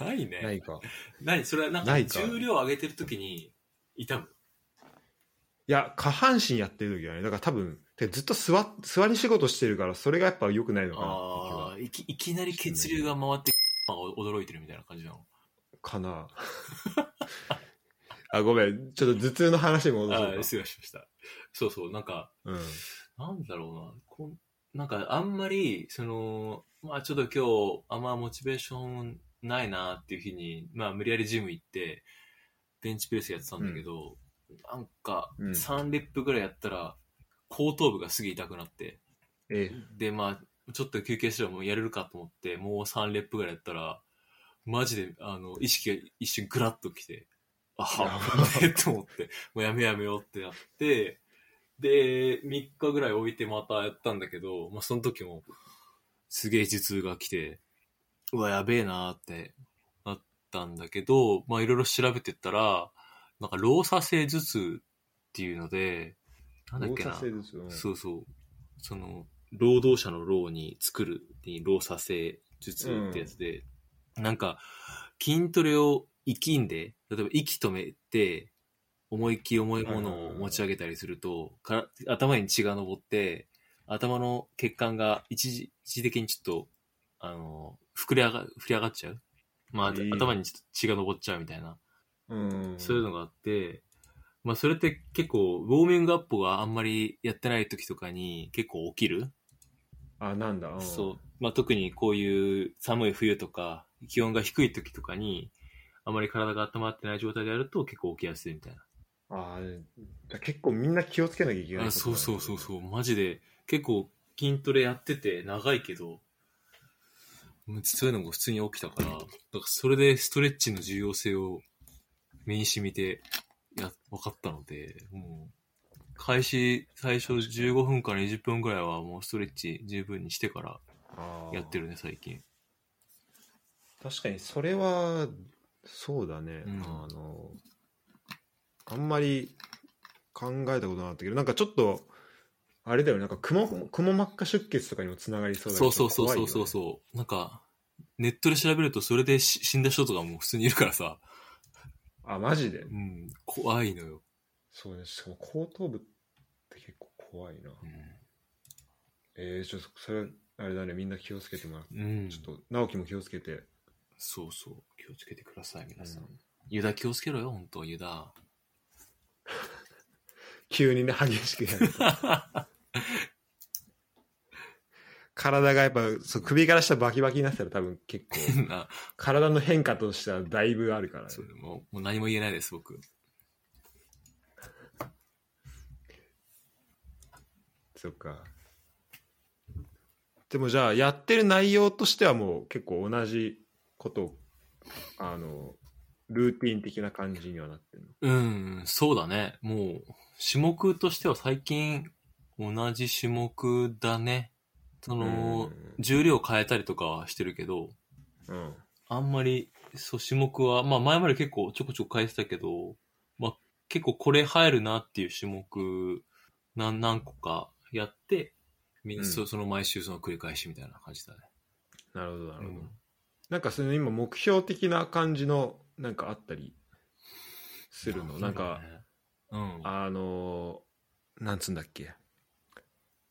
B: ないね
A: な
B: ない
A: いか
B: それはなん
A: な
B: か
A: いか
B: 重量上げてるときに痛む
A: いや、下半身やってる時はね、だから多分、てかずっと座っ座り仕事してるから、それがやっぱ良くないのかなって気
B: あ
A: は
B: あいきいきなり血流が回ってまあお驚いてるみたいな感じなの
A: かな。あ、ごめん、ちょっと頭痛の話に戻
B: ああ
A: そう
B: 失礼しましたそうそうなんか
A: か。うん。
B: なんだろうな、こんなんかあんまり、その、まあちょっと今日あんまモチベーションないなっていう日に、まあ無理やりジム行って、ベンチプレスやってたんだけど、なんか
A: うん
B: 3レップぐらいやったら、後頭部がすげえ痛くなって、
A: え、
B: でまあちょっと休憩したらもうやれるかと思って、もう3レップぐらいやったら、マジで、あの、意識が一瞬グラッときて、あはっ、ね、と思って、もうやめようやめようってなって、で、3日ぐらい置いてまたやったんだけど、まあその時も、すげえ頭痛が来て、うわ、やべえなーってなったんだけど、まあいろいろ調べてったら、なんか、老作性頭痛っていうので、なんだっけな。
A: 動作性ですよね
B: そうそう。その、労働者の労に作るに労作性頭痛ってやつで、なんか、筋トレを生きんで、例えば息止めて、思いっきり重いものを持ち上げたりすると、から頭に血が上って、頭の血管が一時一時的にちょっと、あの、膨れ上が、膨れ上がっちゃう。まあ、
A: えー
B: 頭にちょっと血が上っちゃうみたいな。
A: うん。
B: そういうのがあって、まあそれって結構、ウォーミングアップがあんまりやってない時とかに結構起きる
A: あ、なんだ。うん
B: そう。まあ、特にこういう寒い冬とか、気温が低い時とかに、あまり体が温まってない状態でやると結構起きやすいみたいな。
A: あーじゃあ結構みんな気をつけなきゃいけない
B: あ
A: ことだ
B: そ
A: ね、
B: うそうそうそう。マジで、結構筋トレやってて長いけど、もうそういうのも普通に起きたから、だからそれでストレッチの重要性を身に染みてや、分かったので、もう、開始最初15分から20分ぐらいはもうストレッチ十分にしてから
A: あー
B: やってるね、最近。
A: 確かにそれはそうだね、
B: うん
A: あのあんまり考えたことなかったけどなんかちょっとあれだよねなんかくもくも膜下出血とかにもつながりそうだけ
B: そ
A: ど
B: うそうそう
A: 怖いよ
B: そう
A: ね
B: そうそう。なんか、ネットで調べるとそれでし死んだ人とかも普通にいるからさ、
A: あマジで
B: うん、怖いのよ。
A: そうねしかも後頭部って結構怖いな
B: う
A: えー、ちょっとそれあれだねみんな気をつけてもらって、
B: ん。うん、
A: ちょっと直樹も気をつけて
B: そうそう。気をつけてください、皆さん。
A: うん
B: ユダ気をつけろよ、本当ユダ。
A: 急にね激しくやると体がやっぱそう首からしたらバキバキになってたら多分結構
B: あ
A: 体の変化としてはだいぶあるから、ね、
B: そうもうもう何も言えないです、僕。
A: そっかでもじゃあやってる内容としてはもう結構同じことをあのルーティン的な感じにはなってるの
B: うん、そうだね。もう、種目としては最近、同じ種目だね。その、重量変えたりとかはしてるけど、
A: うん、うん
B: あんまり、そう、種目は、まあ前まで結構ちょこちょこ変えてたけど、まあ結構これ入るなっていう種目、何、何個かやって、み
A: うん
B: そその毎週その繰り返しみたいな感じだね。
A: なるほどなるほど、
B: うん
A: なんかその今目標的な感じのなんかあったりするのなんか、、
B: うん。
A: あのなんつうんだっけ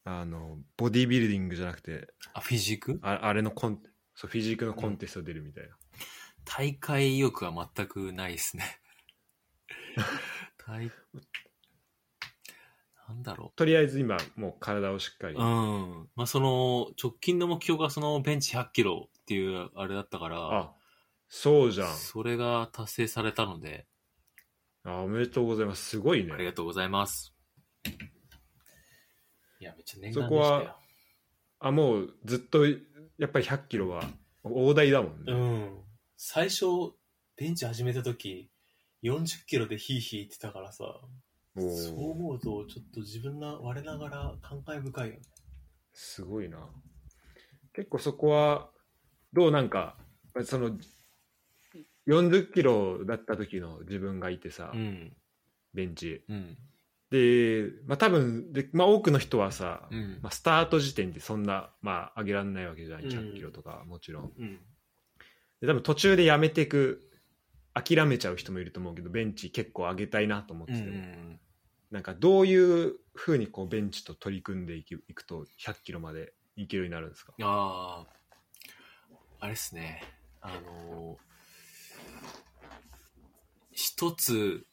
A: あのボディビルディングじゃなくて
B: あ、フィジーク
A: ああれのコンそうフィジークのコンテスト出るみたいな、
B: 大会意欲は全くな いですね。大、なんだろう。
A: とりあえず今もう体をしっかり、
B: うん。まあ、その、直近の目標がそのベンチ100キロっていうあれだったから、
A: あそうじゃん
B: それが達成されたので、
A: あおめでとうございますすごい
B: あり
A: ね
B: がとうございます。いや、めっちゃ念願
A: そこはあもうずっとやっぱり100キロは大台だもんね、
B: ん。最初、ベンチ始めた時、40キロでヒーヒー言ってたからさ、
A: おー
B: そう思うと、ちょっと自分が我ながら感慨深いよね。
A: すごいな結構そこはどうなんかその40キロだった時の自分がいてさ、
B: ん。
A: ベンチ
B: うん。
A: でまあ多分で、まあ、多くの人はさ、
B: うん
A: まあ、スタート時点でそんな、まあ、上げられないわけじゃない
B: うん
A: 100キロとか、もちろん
B: うん。
A: で多分途中でやめていく諦めちゃう人もいると思うけどベンチ結構上げたいなと思って
B: う
A: て、
B: ん。
A: なんかどういうふうにこうベンチと取り組んでいくいくと100キロまでいけるようになるんですか
B: ああ、あれっすね。あのー一つ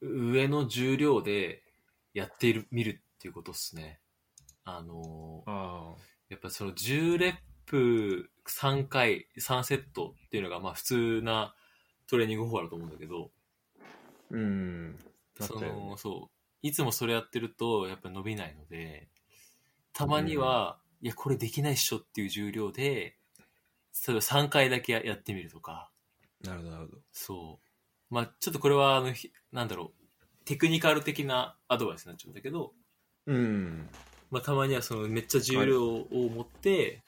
B: 上の重量でやっている、見るっていうことっすね。あのー
A: あ
B: やっぱその10レップ3回、3セットっていうのがまあ普通なトレーニング方法だと思うんだけど、
A: うんだった
B: そ
A: よね
B: の、そう。いつもそれやってると、やっぱ伸びないので、たまには、いや、これできないっしょっていう重量で、例えば3回だけややってみるとか、
A: なるほどなるほど
B: そう。まあちょっとこれは、あの、ひなんだろう、テクニカル的なアドバイスになっちゃうんだけど、
A: うん
B: まあたまにはその、めっちゃ重量を持って、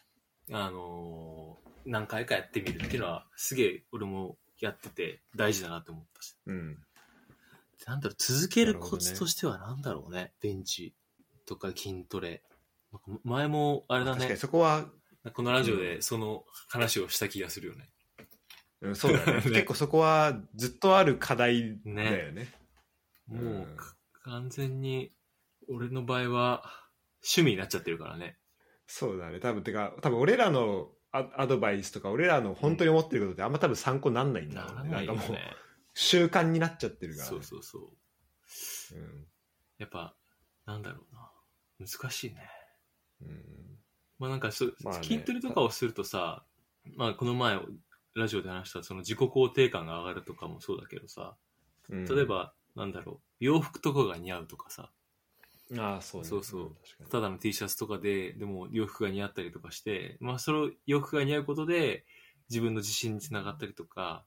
B: あのー何回かやってみるっていうのは、すげえ俺もやってて大事だなと思ったし。
A: うん
B: なんだろう、続ける
A: なるほ
B: コ
A: どね
B: ツとしてはなんだろうね。ベンチとか筋トレ。なんか前も、あれだ
A: 確か
B: ね
A: に。そこは、
B: このラジオ
A: う
B: でその話をした気がするよね。
A: うん、そうだね
B: ね
A: 結構そこはずっとある課題だよねうん
B: もう、か完全に、俺の場合は、趣味になっちゃってるからね。
A: そうだね多分てか多分俺らのアアドバイスとか俺らの本当に思ってることってあんま多分参考になんないんだ
B: な
A: ろう
B: ら
A: ね、
B: ないよ
A: なんかもう
B: ね。
A: 習慣になっちゃってるからね、
B: そうそうそう。
A: うん
B: やっぱ、なんだろうな。難しいね。
A: うん
B: まあなんかそ、
A: まあね
B: 筋トレとかをするとさ、まあこの前、ラジオで話したその自己肯定感が上がるとかもそうだけどさ、
A: うん
B: 例えば、なんだろう、洋服とかが似合うとかさ、
A: ああそうね
B: そうそう
A: 確か
B: ただの T シャツとかで、でも洋服が似合ったりとかして、まあその洋服が似合うことで、自分の自信につながったりとか、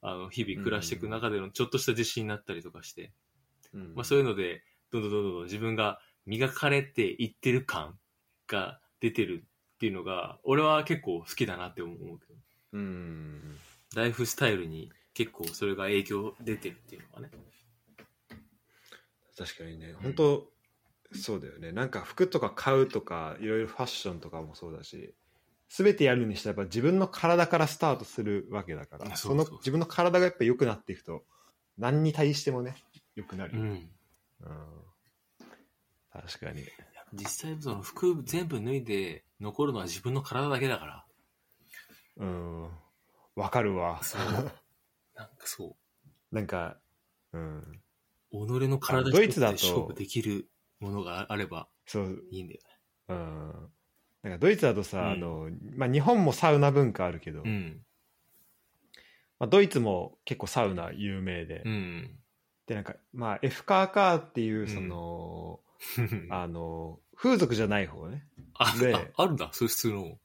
B: あの日々暮らしていく中でのちょっとした自信になったりとかして、
A: にうん
B: まあ、そういうのでどんどんどんどんどん自分が磨かれていってる感が出てるっていうのが俺は結構好きだなって思うけど
A: うん
B: ライフスタイルに結構それが影響出てるっていうのがね
A: 確かにね本当、そうだよねなんか服とか買うとかいろいろファッションとかもそうだし全てやるにしたらやっぱ自分の体からスタートするわけだから
B: あ
A: そ
B: そうそうそう
A: の自分の体がやっぱ良くなっていくと何に対してもね良くなる、
B: ん
A: うん確かに
B: 実際その服全部脱いで残るのは自分の体だけ だから
A: うんわかるわ
B: そうなんかそう
A: なんかうん
B: 己の体
A: ドイツだと
B: 一つで勝負できるものがあれば
A: そう
B: いいんだよね
A: うんなんかドイツだとさ、
B: うん
A: あのまあ、日本もサウナ文化あるけど、
B: うん
A: まあ、ドイツも結構サウナ有名で、
B: うん
A: でなんかまあ F カーカーっていうその、あの風俗じゃない方ね
B: あ
A: で
B: ああるんだそういう普通の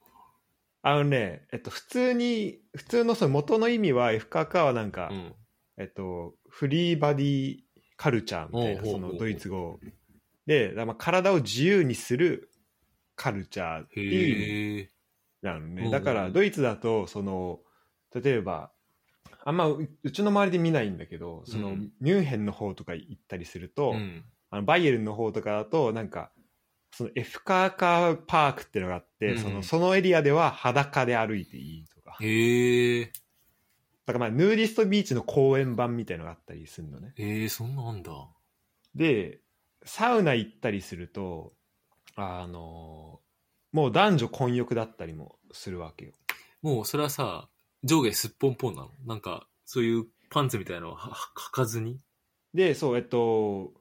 A: あのねえっと普通に普通のその元の意味は F カーカーはなんか、
B: うん
A: えっとフリーバディカルチャーみたいな
B: おう
A: そ
B: おうおうお
A: の
B: う
A: ドイツ語でだからまあ体を自由にするカルチャーっていう意味
B: へえ
A: なの
B: う
A: ね
B: ん
A: だからドイツだとその例えばあんまううちの周りで見ないんだけどその、
B: うん
A: ミュンヘンの方とか行ったりすると、
B: うん
A: あのバイエルンの方とかだとなんかその F カーカーパークっていうのがあって、
B: うん
A: そのそのエリアでは裸で歩いていいとか
B: へえ
A: だからまあヌーディストビーチの公園版みたいのがあったりするのね
B: えー、そんなんだ。
A: でサウナ行ったりするとあのもう男女混浴だったりもするわけよ
B: もうそれはさ、上下すっぽんぽんなのなんか、そういうパンツみたいなのはは履かずに
A: でそうえっと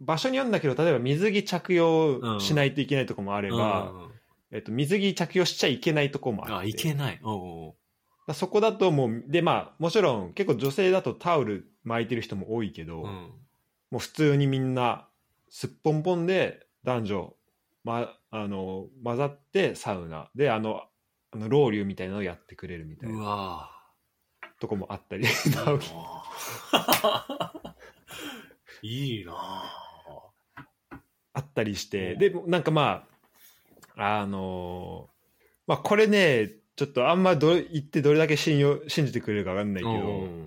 A: 場所によるんだけど例えば水着着用しないといけないとこもあれば、
B: うん
A: えっと、水着着用しちゃいけないとこもあって
B: あ、いけない。おうおう
A: だそこだともうでまあもちろん結構女性だとタオル巻いてる人も多いけど、
B: うん。
A: もう普通にみんなすっぽんぽんで男女、ま、あの混ざってサウナであのあのロウリュみたいなのをやってくれるみたいうな
B: わ
A: とこもあ ったり
B: ぁ。いいなぁ。
A: あったりして
B: うん
A: でなんかまああのまあこれねちょっとあんまど言ってどれだけ信用信じてくれるか分かんないけど、
B: うん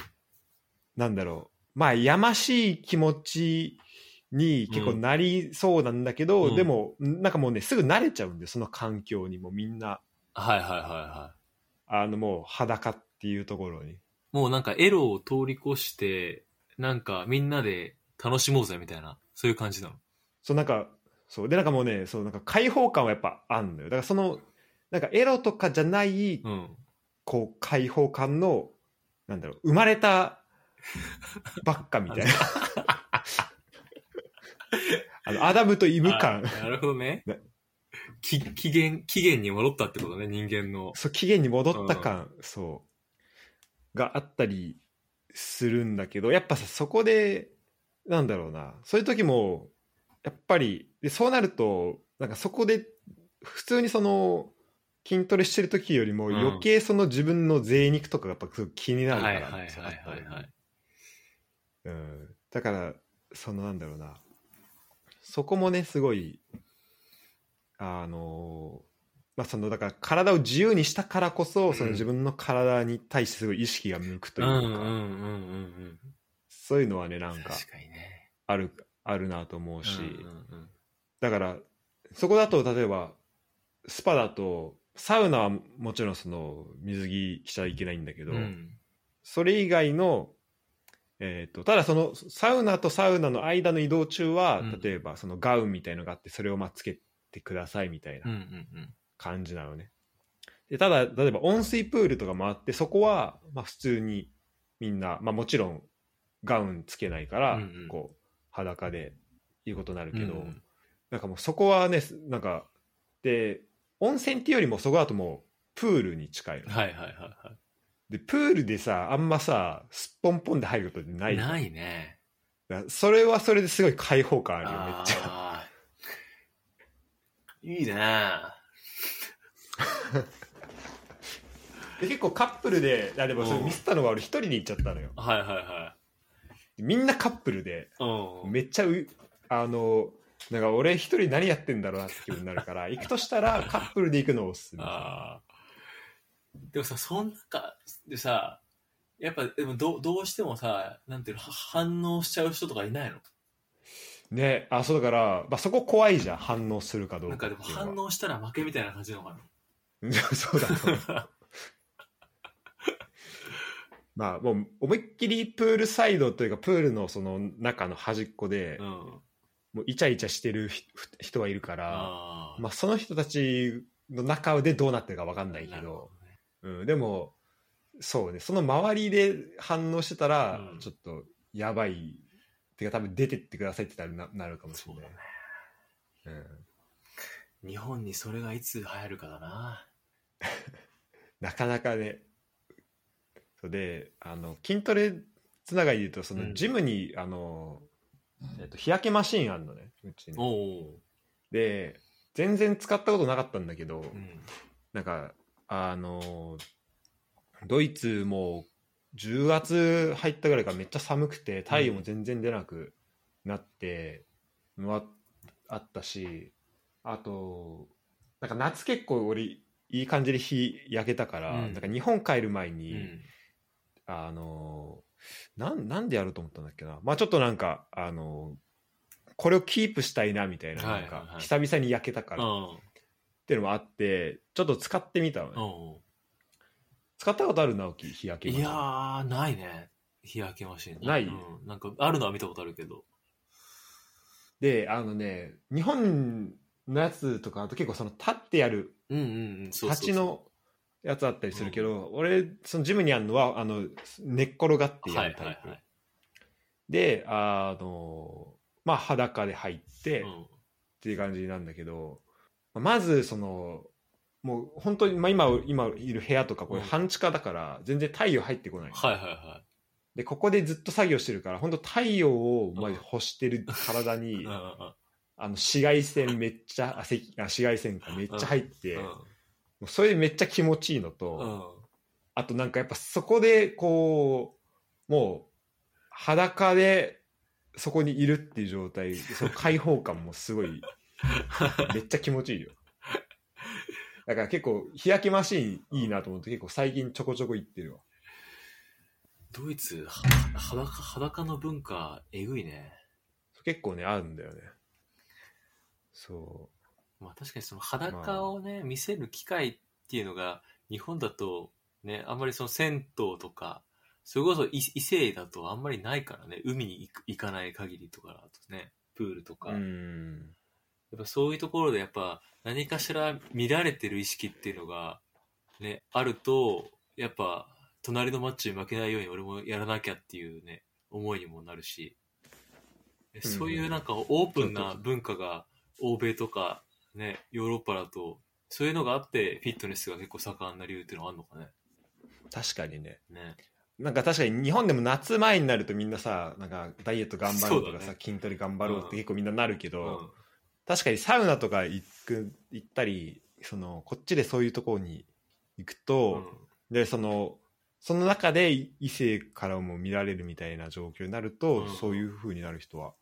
A: なんだろう、まあ、やましい気持ちに結構なりそうなんだけど、
B: うん
A: でも、なんかもうね、すぐ慣れちゃうんで、その環境にもうみんな、
B: はいはいはいは
A: あの、もう裸っていうところに。
B: い。もうなんかエロを通り越して、なんかみんなで楽しもうぜみたいな、そういう感じなの。
A: そう、なんか、そう、で、なんかもうね、そう、なんか解放感はやっぱあんのよ。だからその、なんかエロとかじゃない、
B: うん。
A: こう、解放感の、なんだろう、生まれたばっかみたいな。 あの、アダムとイブ感。
B: あなるほどね
A: ね。
B: き、起源、起源に戻ったってことね、人間の。
A: そう期限に戻った感、そうがあったりするんだけどやっぱさそこでなんだろうなそういう時もやっぱりでそうなるとなんかそこで普通にその筋トレしてる時よりも
B: うん
A: 余計その自分の贅肉とかがやっぱすごい気になるか
B: はい
A: ら
B: はい、はいはいはい。
A: うん、だからそのなんだろうなそこもねすごいあのまあそのだから体を自由にしたからこそ、その
B: うん
A: 自分の体に対してすごい意識が向くというか、
B: うんうんうんうん
A: そういうのはねな
B: うんん。
A: か
B: 確かにね。
A: あるあるなと思うし、
B: うんうん
A: だからそこだと例えばスパだとサウナはもちろんその水着着ちゃいけないんだけど、
B: うんうん
A: それ以外の、えー、とただそのサウナとサウナの間の移動中は、
B: うん
A: 例えばそのガウンみたいのがあってそれをまあつけてくださいみたい
B: うんう
A: なん
B: うん。
A: 感じなのね、でただ例えば温水プールとかもあってそこはまあ普通にみんな、まあ、もちろんガウンつけないから、
B: うんうん
A: こう裸でいうことになるけど、
B: うん
A: なんかもうそこはねすなんかで温泉っていうよりもそこだともうプールに近いの
B: はいはいは
A: でプールでさあんまさすっぽんぽんで入ることってない
B: は
A: い
B: い。ないね。
A: だそれはそれですごい開放感あるよめっ
B: あ
A: ちゃ
B: あーいいね。
A: で結構カップルであでもそれ
B: うん
A: ミスったのは俺一人に行っちゃったのよ
B: はいはいは
A: でみんなカップルで
B: い。うん。
A: めっちゃうあのなんか俺一人何やってんだろうなって気分になる から行くとしたらカップルで行くのをおすすめ
B: あーでもさ、そんなか、でさ、やっぱ、でもどうどうしてもさ、なんていうの、は反応しちゃう人とかいないの
A: ねあそうだから、まあ、そこ怖いじゃん反応するかどう
B: な
A: んか
B: か
A: って
B: で
A: いう
B: も
A: のは
B: 反応したら負けみたいな感じなのか
A: そうだと思う
B: な。
A: まあもう思いっきりプールサイドというかプールのその中の端っこで、
B: うん。
A: もうイチャイチャしてるひふ人はいるから
B: あ
A: まあ、その人たちの中でどうなってるか分かんないけ
B: な
A: ど
B: るほどね
A: うん、でもそうねその周りで反応してたら、
B: うん
A: ちょっとやばいっていうか多分出てってくださいってなるななるかもしれない
B: そうだね
A: う、ん、
B: 日本にそれがいつ流行るかだな。
A: なかなかねそうであの筋トレつながりで言うとそ
B: うん
A: のジムに、あの、えっと、日焼けマシーンあんのねうちに
B: おお。
A: で全然使ったことなかったんだけど、
B: うん。
A: なんかあのドイツも10月入ったぐらいからめっちゃ寒くて太陽も全然出なくなって、まあったしあとなんか夏結構俺いい感じで日焼けたから、
B: うん
A: なんか日本帰る前
B: う
A: に、
B: ん。
A: あのなんなんでやると思ったんだっけなまあちょっとなんかあのこれをキープしたいなみたいな,、
B: はいはい
A: な
B: は
A: ん
B: い
A: か久々に焼けたからっ
B: お
A: ていうのもあってちょっと使ってみたのね。
B: お。
A: 使ったことある直樹日焼けマ
B: い
A: シン
B: やー、ないね。日焼けマシン。
A: ない
B: うんなんか、あるのは見たことあるけど。
A: であのね日本のやつとかあと結構その立ってやる
B: うんうんうん。そうそうそう
A: 立ちのやつあったりするけど俺そのジムにあるのはあの寝っ転がってや
B: はい
A: るタ
B: は
A: イプ、
B: いはい。
A: であのまあ裸で入って、
B: う
A: っ
B: ん
A: ていう感じなんだけどまずそのもう本当に、まあ、今今いる部屋とかこれ
B: うん
A: 半地下だから全然太陽入ってこない、
B: はいはいは
A: でここでずっと作業してるから本当太陽をまあ
B: うん
A: 干してる体に、
B: い。うんうん
A: あの紫外線めっちゃあせあ紫外線がめっちゃ入って、
B: うん
A: もうそれめっちゃ気持ちいいのと、
B: うん。
A: あとなんかやっぱそこでこうもう裸でそこにいるっていう状態その開放感もすご いめっちゃ気持ちいいよだから結構日焼けマシーンいいなと思って結構最近ちょこちょこ行ってるわ
B: ドイツ、は裸、裸の文化、えぐいね。
A: 結構ねあるんだよねそう
B: まあ確かにその裸をね、見せる機会っていうのが、日本だと、ね、あんまりその銭湯とか、それこそ異異性だとあんまりないからね、海に行く行かない限りとかだとね、プールとか。
A: うん
B: やっぱそういうところでやっぱ何かしら見られてる意識っていうのがね、あると、やっぱ隣のマッチに負けないように俺もやらなきゃっていうね、思いにもなるし、そういうなんかオープンな文化が欧米とかね、ヨーロッパだと、そういうのがあってフィットネスが結構盛んな理由っていうのはあるのかね。
A: 確かにね
B: ね。
A: なんか確かに日本でも夏前になるとみんなさなんかダイエット頑張ろうと
B: そうだ
A: かさ
B: ね
A: 筋トレ頑張ろうっ
B: うん
A: て結構みんななるけ
B: う
A: ど、
B: ん。
A: 確かにサウナとか行く行ったりそのこっちでそういうところに行く
B: う
A: と
B: ん、
A: でそのその中で異性からも見られるみたいな状況になると、
B: うん
A: そういう風になる人は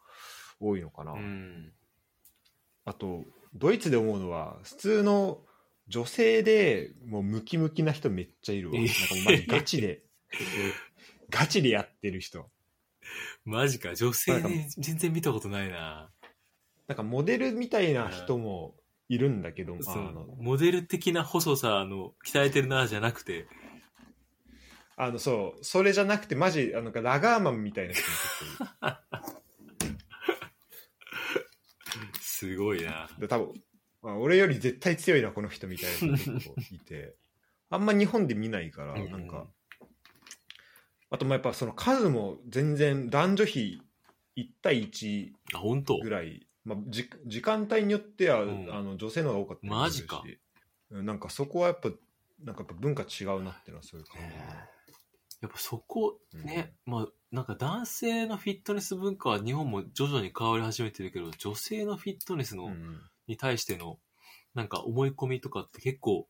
A: 多いのかな、
B: うん。
A: あとドイツで思うのは普通の女性でもうムキムキな人めっちゃいるわなんかもうマジガチ でガチでやってる人
B: マジか、女性ね、全然見たことないな。
A: なんかモデルみたいな人もいるんだけど、あ
B: そ
A: の
B: のモデル的な細さの鍛えてるなじゃなくて、
A: あのそうそれじゃなくてマジあのラガーマンみたいな人も結構い
B: すごいな。
A: るで多分、 まあ、俺より絶対強いなこの人みたいな人結構いてあんま日本で見ないから
B: うん
A: なんかあとまあやっぱその数も全然男女比1対1
B: あ、本当
A: ぐらい、まあ、じ時間帯によっては、
B: うん
A: あの女性の方が多かったりも
B: マジか
A: するしうんなんかそこはやっぱなんかやっぱ文化違うなっていうのはそういう感じる
B: ねやっぱそこ
A: うん
B: ね、まあなんか男性のフィットネス文化は日本も徐々に変わり始めてるけど、女性のフィットネスの、
A: うん
B: に対してのなんか思い込みとかって結構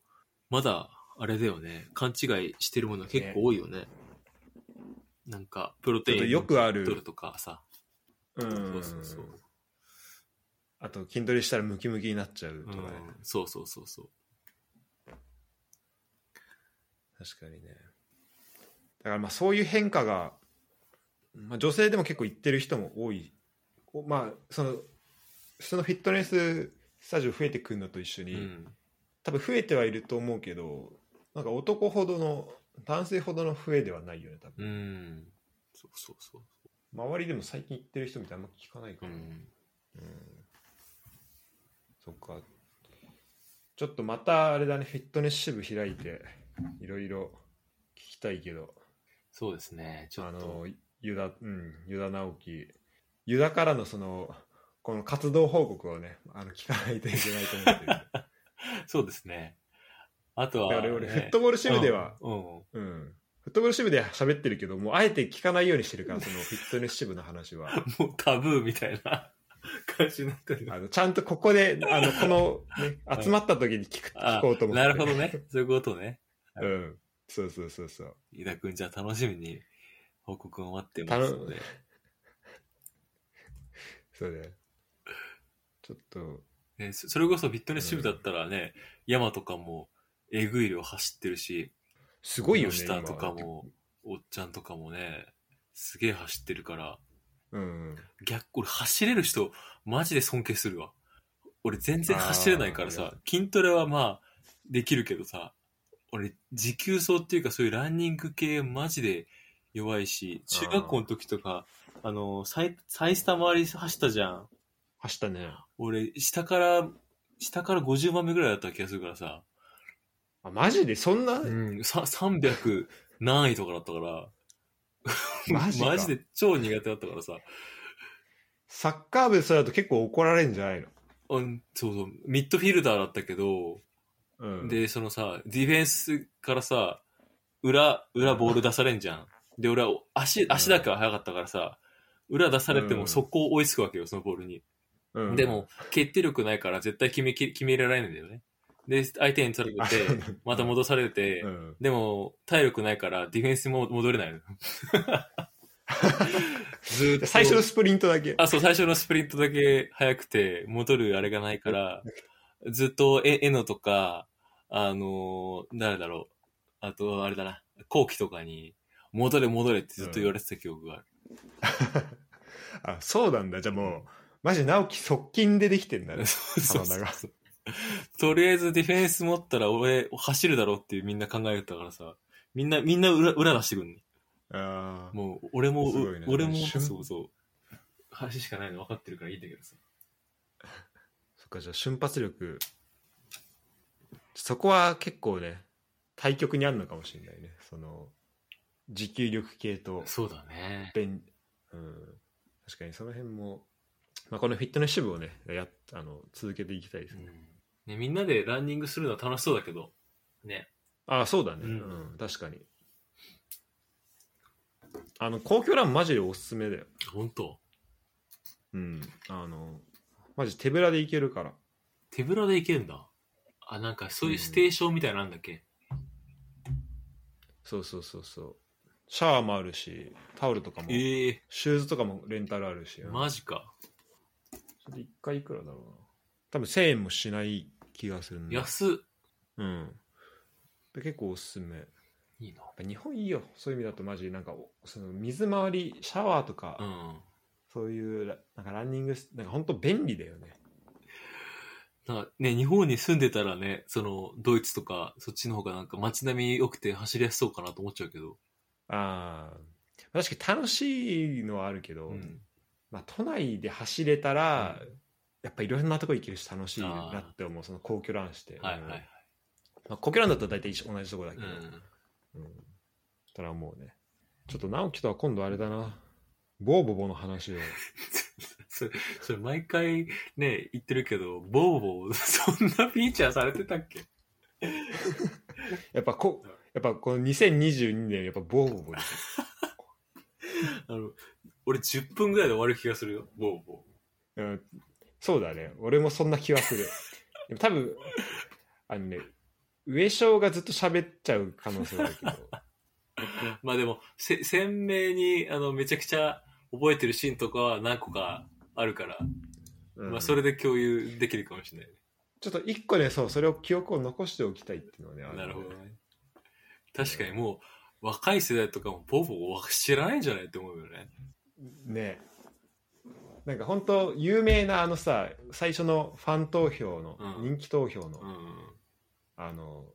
B: まだあれだよね、勘違いしてるもの結構多いよね。なんかプロテ
A: ちょっと
B: イン
A: よくある
B: 取るとかさ、
A: うん
B: そうそうそう。
A: あと筋トレしたらムキムキになっちゃう
B: う
A: と
B: ん
A: かね、
B: そうそうそうそう。
A: 確かにねだからまあそういう変化が、まあ、女性でも結構行ってる人も多いこうまあそのそのフィットネススタジオ増えてくるのと一緒
B: う
A: に、
B: ん、
A: 多分増えてはいると思うけどなんか男ほどの男性ほどの増えではないよね多分、
B: うん、そうそうそう。
A: 周りでも最近行ってる人みたいなあんま聞かないか
B: う
A: ら、う
B: ん、
A: んそっかちょっとまたあれだねフィットネス支部開いていろいろ聞きたいけど
B: そうですね、ちょ
A: あ
B: っと。
A: のユダうんユダ直樹ユダからのそのこの活動報告をねあの聞かないといけないと思ってる だか
B: そうですね。あとは、
A: ら
B: ね、
A: 俺フットボール支部では、
B: うん、うん
A: うんフットボール支部で喋ってるけどもうあえて聞かないようにしてるからそのフィットネス支部の話は
B: もうタブーみたいな 感じになってる
A: あのちゃんとここであのこの、 ね、集まった時に聞く聞
B: あ
A: こうと思って
B: なるほどね。そういうことね。
A: うんそうそうそうそう
B: 伊田くんじゃあ楽しみに報告を待ってますので。
A: そうねちょっと
B: ね、そそれこそフィットネス支部だったらね、山とかもえぐい量走ってるし、
A: すごいよね
B: 吉田とか
A: 今
B: も、おっちゃんとかもね、すげえ走ってるから、
A: うん
B: 逆、俺走れる人、マジで尊敬するわ。俺全然走れないから
A: あーい
B: さ
A: や、
B: 筋トレはまあ、できるけどさ、俺、持久走っていうかそういうランニング系マジで弱いし、中学校の時とか、あの、サイ、サイスタ周り走ったじゃん。
A: 走ったね
B: 俺、下から、下から50番目ぐらいだった気がするからさ、
A: あマジでそんな
B: うん、さ300何位とかだったから、
A: マジか
B: で超苦手だったからさ、
A: サッカー部でそれだと結構怒られるんじゃないの、
B: うん、そうそう、ミッドフィルダーだったけど、
A: うん、
B: で、そのさ、ディフェンスからさ、裏、裏ボール出されんじゃん。で、俺は足、足だけは速かったからさ、裏出されて
A: う
B: も
A: ん
B: 速攻追いつくわけよ、そのボールに。
A: うん
B: でも、決定力ないから絶対決めき、決められないんだよね。で、相手に取ら
A: あ
B: れ
A: そう
B: て、
A: なんだ
B: また戻されて、
A: うん
B: でも、体力ないから、ディフェンスも戻れないの。 ずーっと。
A: 最初のスプリントだけ
B: あ、そう、最初のスプリントだけ速くて、戻るあれがないから、ずっと、え、えのとか、あのー誰だろう。あと、あれだな、後期とかに、戻れ戻れってずっと言われてた記憶がある。
A: あそうなんだじゃあもうマジ直樹側近でできてんだね
B: そうそう
A: 体が
B: そうとりあえずディフェンス持ったら俺走るだろうってみんな考えてたからさ、みんな、みんな裏裏出してくんね。
A: あー
B: もう、俺も、
A: すごいね
B: 俺も、
A: 一瞬
B: そうそう。走るしかないの分かってるからいいんだけどさ。
A: そっかじゃあ瞬発力そこは結構ね対極にあるのかもしれないねその持久力系と
B: そうだね。
A: ベン、うん、確かにその辺も、まあ、このフィットネス支部をねやっあの続けていきたいです
B: う
A: ね、
B: んね、みんなでランニングするのは楽しそうだけど、ね。
A: ああそうだね、う
B: う
A: んん確かにあの公共ランマジでおすすめだよ
B: 本当
A: うんあのマジ手ぶらで行けるから
B: 手ぶらで行けんだ。あ、なんかそういうステーションみたいなのあんだっけ、
A: そうそうそうそうシャワーもあるしタオルとかも、
B: ええ
A: シューズとかもレンタルあるし、
B: マジか。
A: それ1回いくらだろうな多分1000円もしない気がするね
B: 安っ。
A: うんで結構おすすめやっ
B: いいな。
A: ぱ日本いいよそういう意味だとマジなんかおその水回りシャワーとか、
B: うん。
A: そういうラなんかランニングなんか本当便利だよね
B: なんかね、日本に住んでたらね、その、ドイツとか、そっちの方がなんか街並み良くて走りやすそうかなと思っちゃうけど。
A: ああ確かに楽しいのはあるけど、
B: うん。
A: まあ、都内で走れたら、
B: うん
A: やっぱいろんなとこ行けるし楽しい
B: あー
A: なって思うその皇居ランして、
B: はいは
A: う
B: い
A: ん
B: はい。
A: まあ、皇居ランだったら大体一緒同じとこだけ
B: う
A: ど、
B: ん。
A: うんたらもうねちょっと直樹とは今度あれだなボーボボの話を。
B: それ、それ毎回ね、言ってるけど、ボーボー、 そんなフィーチャーされてたっけ
A: やっぱこ、やっぱこの2022年、やっぱボーボボです。
B: あの、俺10分ぐらいで終わる気がするよ、ボーボ
A: うん、そうだね。俺もそんな気はする。でも多分、あのね、上昇がずっと喋っちゃう可能性はあるけ ど。
B: ー。まあでも、せ、鮮明に、あの、めちゃくちゃ覚えてるシーンとかは何個かあるから、
A: うん
B: まあそれで共有できるかもしれないね。
A: ちょっと一個ね、そう、それを記憶を残しておきたいっていうのはね、あの
B: なるほどね。確かにもう、若い世代とかもボーボーは知らないんじゃないって思うよね。
A: ねなんか本当有名なあのさ最初のファン投票の、
B: うん
A: 人気投票の、
B: うん。
A: あの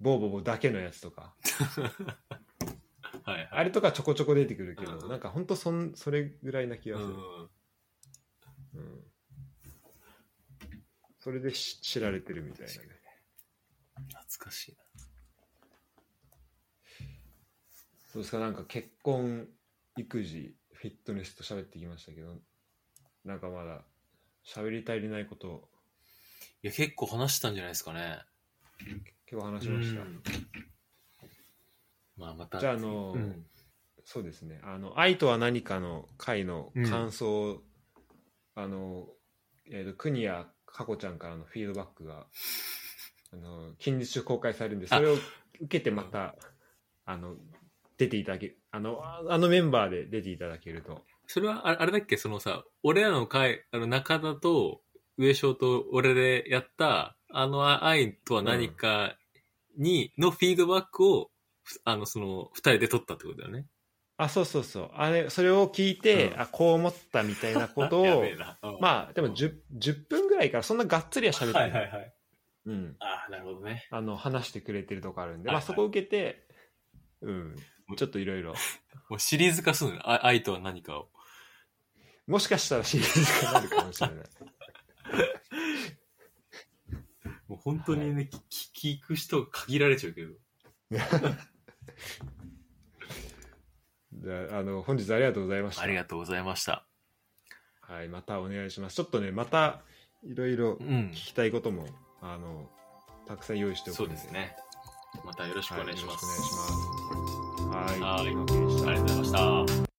A: ボーボボだけのやつとか
B: はいはい。
A: あれとかちょこちょこ出てくるけど、
B: うん
A: なんか本当そんそれぐらいな気が
B: う
A: する、
B: ん。
A: うんそれでし知られてるみたいなね
B: 懐かしいな。
A: そうですかなんか結婚育児フィットネスと喋ってきましたけどなんかまだ喋り足りないことを
B: いや、結構話したんじゃないですかね。
A: 結構話しました、
B: うんまあ、また。
A: じゃああの、
B: うん
A: そうですね。あの、愛とは何かの回の感想を、あの、えっ、と、国谷佳子ちゃんからのフィードバックが、あの、近日中公開されるんで、それを受けてまた、あの、出ていただけ、あの、ああのメンバーで出ていただけると。
B: それは、ああれだっけ、そのさ、俺らの会、あの、中田と、上昇と俺でやった、あのあ愛とは何かに、のフィードバックを、ふあの、その、二人で取ったってことだよね。
A: あ、そうそうそう。あれ、それを聞いて、
B: うん
A: あ、こう思ったみたいなこと
B: あや
A: を
B: べえ、な。あ、
A: まあ、でも 10, 10分ぐらいからそんながっつりは喋ってな。
B: はいいはいはい。
A: うん。
B: ああ、なるほどね。
A: あの、話してくれてるとこあるんで、ま
B: はいは
A: あ
B: い
A: そこを受けて、うん。ちょっといろいろ。
B: もうシリーズ化するのよあ愛とは何かを。
A: もしかしたらシリーズ化になるかもしれない。
B: もう本当にね、き聞く人が限られちゃうけど。
A: じゃあ、あの、本日ありがとうございました。
B: ありがとうございました。
A: はい、またお願いします。ちょっとね、また、いろいろ
B: うん
A: 聞。きたいことも、あの、たくさん用意しておく
B: そ
A: の
B: うですね。またよろしくお願いします。
A: はい、よろしくお願いします。はい、
B: は
A: お疲れ
B: い
A: 様でした
B: ありがとうございました。